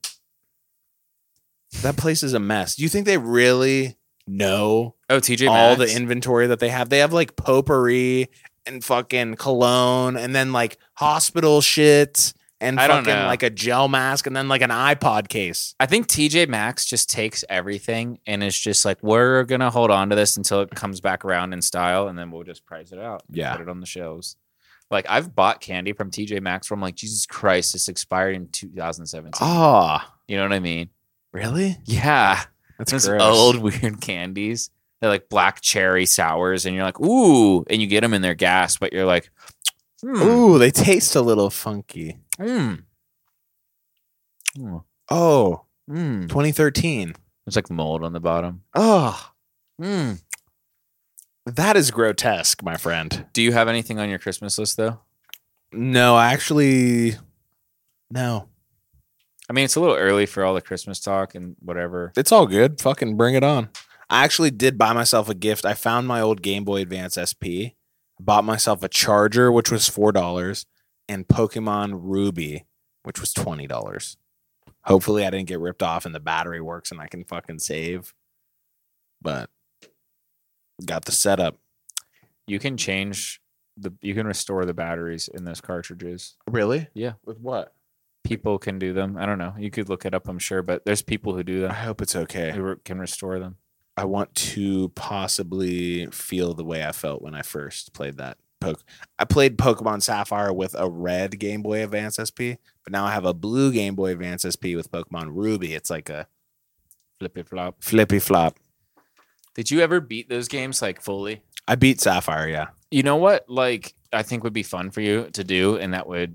Speaker 2: That place is a mess. Do you think they really know
Speaker 3: Oh, TJ
Speaker 2: all
Speaker 3: Maxx?
Speaker 2: the inventory that they have. They have like potpourri and fucking cologne and then like hospital shit and
Speaker 3: I don't
Speaker 2: fucking
Speaker 3: know.
Speaker 2: like a gel mask and then like an iPod case.
Speaker 3: I think TJ Maxx just takes everything and is just like, we're gonna hold on to this until it comes back around in style, and then we'll just price it out. and
Speaker 2: Yeah.
Speaker 3: put it on the shelves. Like I've bought candy from TJ Maxx from like Jesus Christ, this expired in 2017.
Speaker 2: Oh,
Speaker 3: You know what I mean?
Speaker 2: really?
Speaker 3: Yeah,
Speaker 2: That's
Speaker 3: those
Speaker 2: gross.
Speaker 3: old (laughs) weird candies. They're like black cherry sours, and you're like, ooh, and you get them in their gas, but you're like, hmm,
Speaker 2: Ooh, they taste a little funky.
Speaker 3: hmm. Hmm.
Speaker 2: Oh,
Speaker 3: Mm.
Speaker 2: 2013.
Speaker 3: There's like mold on the bottom.
Speaker 2: Oh,
Speaker 3: Mm.
Speaker 2: that is grotesque, my friend.
Speaker 3: Do you have anything on your Christmas list though?
Speaker 2: No, actually, no.
Speaker 3: I mean, it's a little early for all the Christmas talk and whatever.
Speaker 2: It's all good. Fucking bring it on. I actually did buy myself a gift. I found my old Game Boy Advance SP, bought myself a charger, which was $4, and Pokemon Ruby, which was $20. Hopefully, I didn't get ripped off and the battery works and I can fucking save. But got the setup.
Speaker 3: You can change the you can restore the batteries in those cartridges.
Speaker 2: Really?
Speaker 3: Yeah.
Speaker 2: With what?
Speaker 3: People can do them. I don't know. You could look it up, I'm sure, but there's people who do
Speaker 2: I
Speaker 3: (laughs) them
Speaker 2: hope it's okay.
Speaker 3: who re- can restore them.
Speaker 2: I want to possibly feel the way I felt when I first played that. Poke. I played Pokemon Sapphire with a red Game Boy Advance SP, but now I have a blue Game Boy Advance SP with Pokemon Ruby. It's like a
Speaker 3: Flippy flop.
Speaker 2: flippy flop.
Speaker 3: Did you ever beat those games like fully?
Speaker 2: I beat Sapphire, yeah.
Speaker 3: You know what? Like I think would be fun for you to do, and that would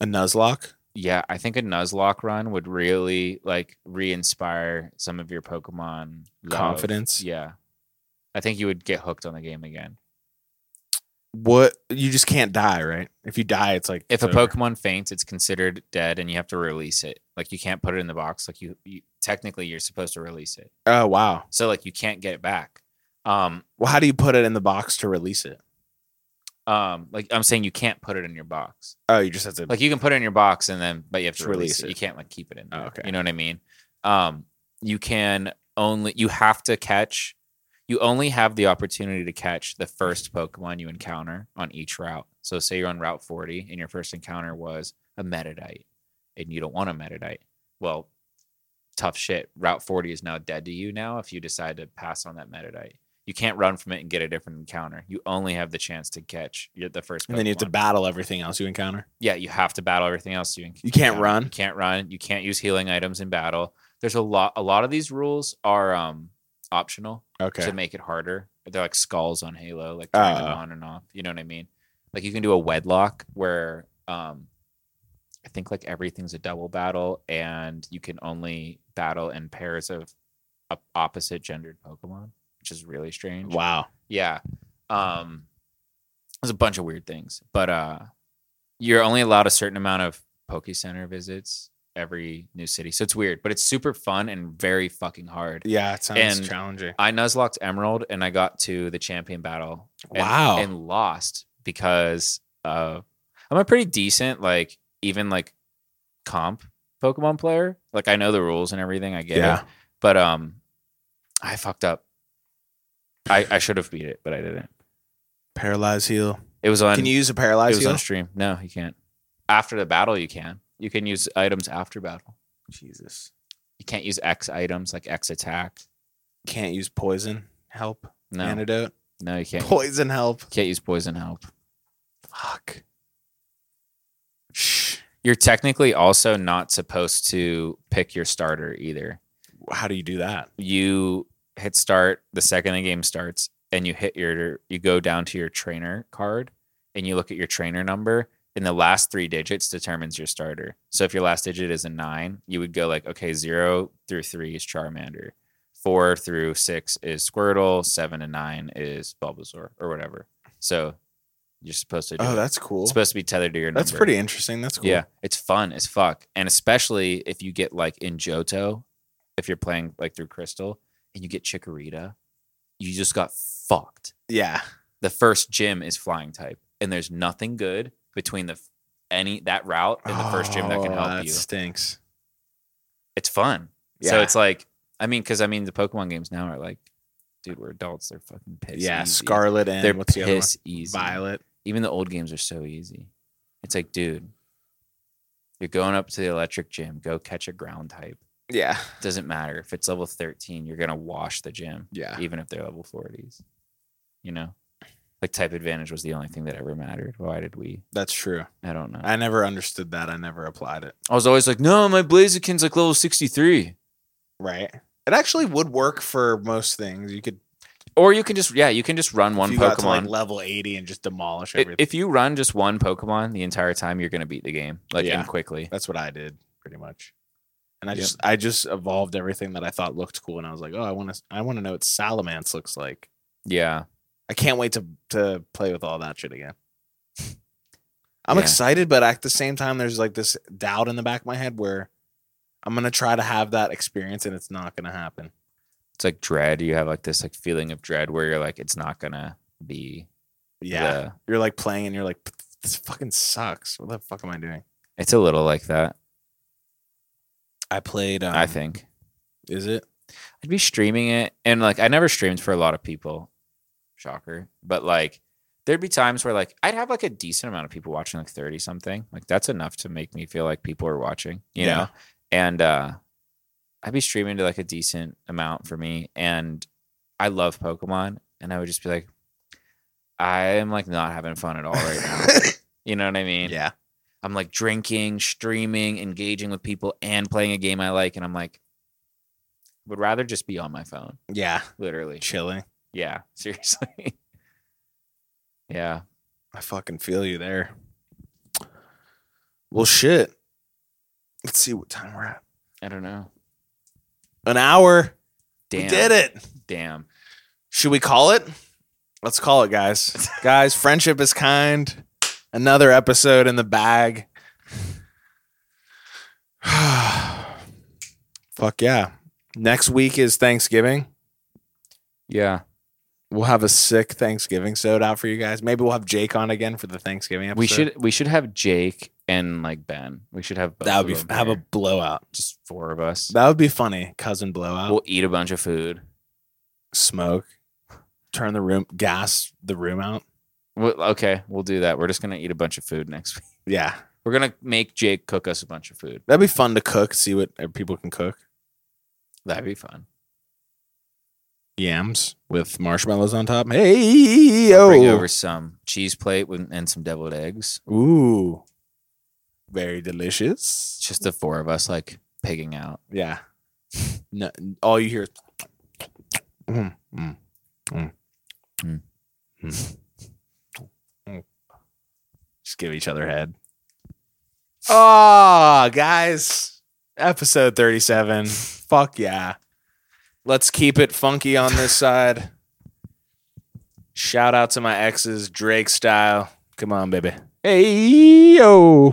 Speaker 2: A Nuzlocke.
Speaker 3: yeah, I think a Nuzlocke run would really like re-inspire some of your Pokemon love.
Speaker 2: Confidence.
Speaker 3: Yeah. I think you would get hooked on the game again.
Speaker 2: What you just can't die, right? If you die, it's like
Speaker 3: if a
Speaker 2: it's over.
Speaker 3: Pokemon faints, it's considered dead, and you have to release it. Like you can't put it in the box. Like you, you technically you're supposed to release it.
Speaker 2: Oh wow.
Speaker 3: So like you can't get it back. Um,
Speaker 2: Well, how do you put it in the box to release it?
Speaker 3: um, like I'm saying, you can't put it in your box.
Speaker 2: Oh, you just have to.
Speaker 3: Like you can put it in your box, and then but you have to
Speaker 2: Just
Speaker 3: release,
Speaker 2: release
Speaker 3: it.
Speaker 2: it.
Speaker 3: You can't like keep it in.
Speaker 2: Oh,
Speaker 3: there.
Speaker 2: okay.
Speaker 3: You know what I mean? Um, you can only you have to catch. You only have the opportunity to catch the first Pokemon you encounter on each route. So say you're on Route 40 and your first encounter was a Metadite, and you don't want a Metadite. Well, tough shit. Route 40 is now dead to you now if you decide to pass on that Metadite. You can't run from it and get a different encounter. You only have the chance to catch your- the first.
Speaker 2: and then you have to
Speaker 3: Pokemon
Speaker 2: battle everything else you encounter.
Speaker 3: yeah, you have to battle everything else. You,
Speaker 2: You can't
Speaker 3: encounter.
Speaker 2: run?
Speaker 3: You can't run. You can't use healing items in battle. There's a lot. A lot of these rules are um optional
Speaker 2: Okay.
Speaker 3: to make it harder. They're like skulls on Halo, like turning them
Speaker 2: Oh.
Speaker 3: on and off. You know what I mean? Like you can do a wedlock where um I think like everything's a double battle, and you can only battle in pairs of op- opposite gendered Pokemon, which is really strange
Speaker 2: wow.
Speaker 3: yeah um there's a bunch of weird things but uh you're only allowed a certain amount of poke center visits every new city so it's weird but it's super fun and very fucking hard
Speaker 2: Yeah, it sounds
Speaker 3: And-
Speaker 2: challenging.
Speaker 3: i nuzlocked emerald and i got to the champion battle and,
Speaker 2: Wow.
Speaker 3: and lost because uh i'm a pretty decent like even like comp pokemon player like i know the rules and everything i get it
Speaker 2: yeah.
Speaker 3: but um i fucked up i i should have beat it but i didn't
Speaker 2: Paralyze heal.
Speaker 3: It was on.
Speaker 2: Can you use a
Speaker 3: it
Speaker 2: paralyze
Speaker 3: was
Speaker 2: heal?
Speaker 3: on stream. No, you can't. After the battle, you can. You can use items after battle.
Speaker 2: Jesus.
Speaker 3: You can't use X items like X attack.
Speaker 2: Can't use poison help.
Speaker 3: No,
Speaker 2: Antidote.
Speaker 3: no, you can't.
Speaker 2: Poison help.
Speaker 3: can't use poison help.
Speaker 2: Fuck. Shh.
Speaker 3: You're technically also not supposed to pick your starter either.
Speaker 2: How do you do that?
Speaker 3: You hit start the second the game starts, and you hit your. You go down to your trainer card, and you look at your trainer number. And the last three digits determines your starter. So if your last digit is a nine, you would go like, okay, zero through three is Charmander. four through six is Squirtle, seven and nine is Bulbasaur or whatever. So you're supposed to do
Speaker 2: Oh,
Speaker 3: it.
Speaker 2: that's cool.
Speaker 3: It's supposed to be tethered to your
Speaker 2: That's
Speaker 3: number.
Speaker 2: pretty interesting. That's cool.
Speaker 3: Yeah, it's fun as fuck, and especially if you get like in Johto, if you're playing like through Crystal and you get Chikorita, you just got fucked.
Speaker 2: Yeah.
Speaker 3: The first gym is Flying type, and there's nothing good between the f- any that route and the first gym that can
Speaker 2: Oh,
Speaker 3: help
Speaker 2: that
Speaker 3: you.
Speaker 2: stinks.
Speaker 3: It's fun. So
Speaker 2: Yeah.
Speaker 3: it's like, I mean, because I mean, the Pokemon games now are like, dude, we're adults. They're fucking pissed.
Speaker 2: yeah. Scarlet and
Speaker 3: They're
Speaker 2: what's the other one?
Speaker 3: piss easy.
Speaker 2: Violet.
Speaker 3: Even the old games are so easy. It's like, dude, you're going up to the electric gym. Go catch a ground type.
Speaker 2: Yeah.
Speaker 3: Doesn't matter if it's level 13. You're gonna wash the gym,
Speaker 2: Yeah.
Speaker 3: even if they're level 40s. You know, like type advantage was the only thing that ever mattered. Why did we?
Speaker 2: That's true.
Speaker 3: I don't know.
Speaker 2: I never understood that. I never applied it.
Speaker 3: I was always like, no, my Blaziken's like level 63.
Speaker 2: Right. It actually would work for most things. You could
Speaker 3: Or you can just, yeah, you can just run one
Speaker 2: if you got to like
Speaker 3: Pokemon.
Speaker 2: level 80 and just demolish
Speaker 3: I-
Speaker 2: everything.
Speaker 3: if you run just one Pokemon the entire time, you're going to beat the game, like,
Speaker 2: Yeah.
Speaker 3: and quickly.
Speaker 2: That's what I did pretty much. And I
Speaker 3: Yep.
Speaker 2: just I just evolved everything that I thought looked cool and I was like, "Oh, I want to I want to know what Salamence looks like."
Speaker 3: Yeah.
Speaker 2: I can't wait to to play with all that shit again. (laughs) I'm
Speaker 3: Yeah.
Speaker 2: excited, but at the same time, there's like this doubt in the back of my head where I'm gonna try to have that experience and it's not gonna happen.
Speaker 3: It's like dread. You have like this like feeling of dread where you're like, it's not going to be.
Speaker 2: Yeah.
Speaker 3: the-
Speaker 2: You're like playing and you're like, this fucking sucks. What the fuck am I doing?
Speaker 3: It's a little like that,
Speaker 2: I played um,
Speaker 3: I think.
Speaker 2: Is (laughs) it?
Speaker 3: I'd be streaming it. And like, I never streamed for a lot of people. Shocker. But like, there'd be times where like I'd have like a decent amount of people watching, like 30 something. Like, that's enough to make me feel like people are watching, you
Speaker 2: Yeah.
Speaker 3: know? And uh I'd be streaming to like a decent amount for me. And I love Pokemon. And I would just be like, I am like not having fun at all right
Speaker 2: (laughs)
Speaker 3: now. You know what I mean?
Speaker 2: yeah.
Speaker 3: I'm like drinking, streaming, engaging with people, and playing a game I like. And I'm like, would rather just be on my phone,
Speaker 2: Yeah.
Speaker 3: literally. (laughs)
Speaker 2: Chilling.
Speaker 3: Yeah, seriously. (laughs) yeah.
Speaker 2: I fucking feel you there. Well, shit. Let's see what time we're at.
Speaker 3: I don't know.
Speaker 2: An hour.
Speaker 3: Damn.
Speaker 2: We did it.
Speaker 3: Damn.
Speaker 2: Should we call it? Let's call it,
Speaker 3: (laughs)
Speaker 2: guys. guys, friendship is kind. Another episode in the bag. (sighs) Fuck yeah. Next week is Thanksgiving.
Speaker 3: Yeah.
Speaker 2: We'll have a sick Thanksgiving soda out for you guys. Maybe we'll have Jake on again for the Thanksgiving episode.
Speaker 3: We should we should have Jake and like Ben. We should have both
Speaker 2: that would
Speaker 3: of
Speaker 2: be
Speaker 3: them
Speaker 2: have a
Speaker 3: here.
Speaker 2: blowout.
Speaker 3: just four of us.
Speaker 2: That would be funny. Cousin blowout.
Speaker 3: We'll eat a bunch of food.
Speaker 2: Smoke. Turn the room gas the room out.
Speaker 3: Well, okay, we'll do that. We're just gonna eat a bunch of food next (laughs) week.
Speaker 2: Yeah.
Speaker 3: We're gonna make Jake cook us a bunch of food.
Speaker 2: That'd be fun to cook, see what uh, people can cook.
Speaker 3: That'd be fun.
Speaker 2: yams with marshmallows on top. Hey, yo.
Speaker 3: Bring over some cheese plate with, and some deviled eggs.
Speaker 2: Ooh. Very
Speaker 3: It's
Speaker 2: delicious.
Speaker 3: just the four of us like pigging out.
Speaker 2: Yeah. No, all you hear is. Mm, mm, mm,
Speaker 3: Mm.
Speaker 2: mm, mm. Just give each other head. Oh, guys. Episode 37. Fuck yeah. Let's keep it funky on (laughs) this side. Shout out to my exes, Drake style. Come on, baby. Hey, yo.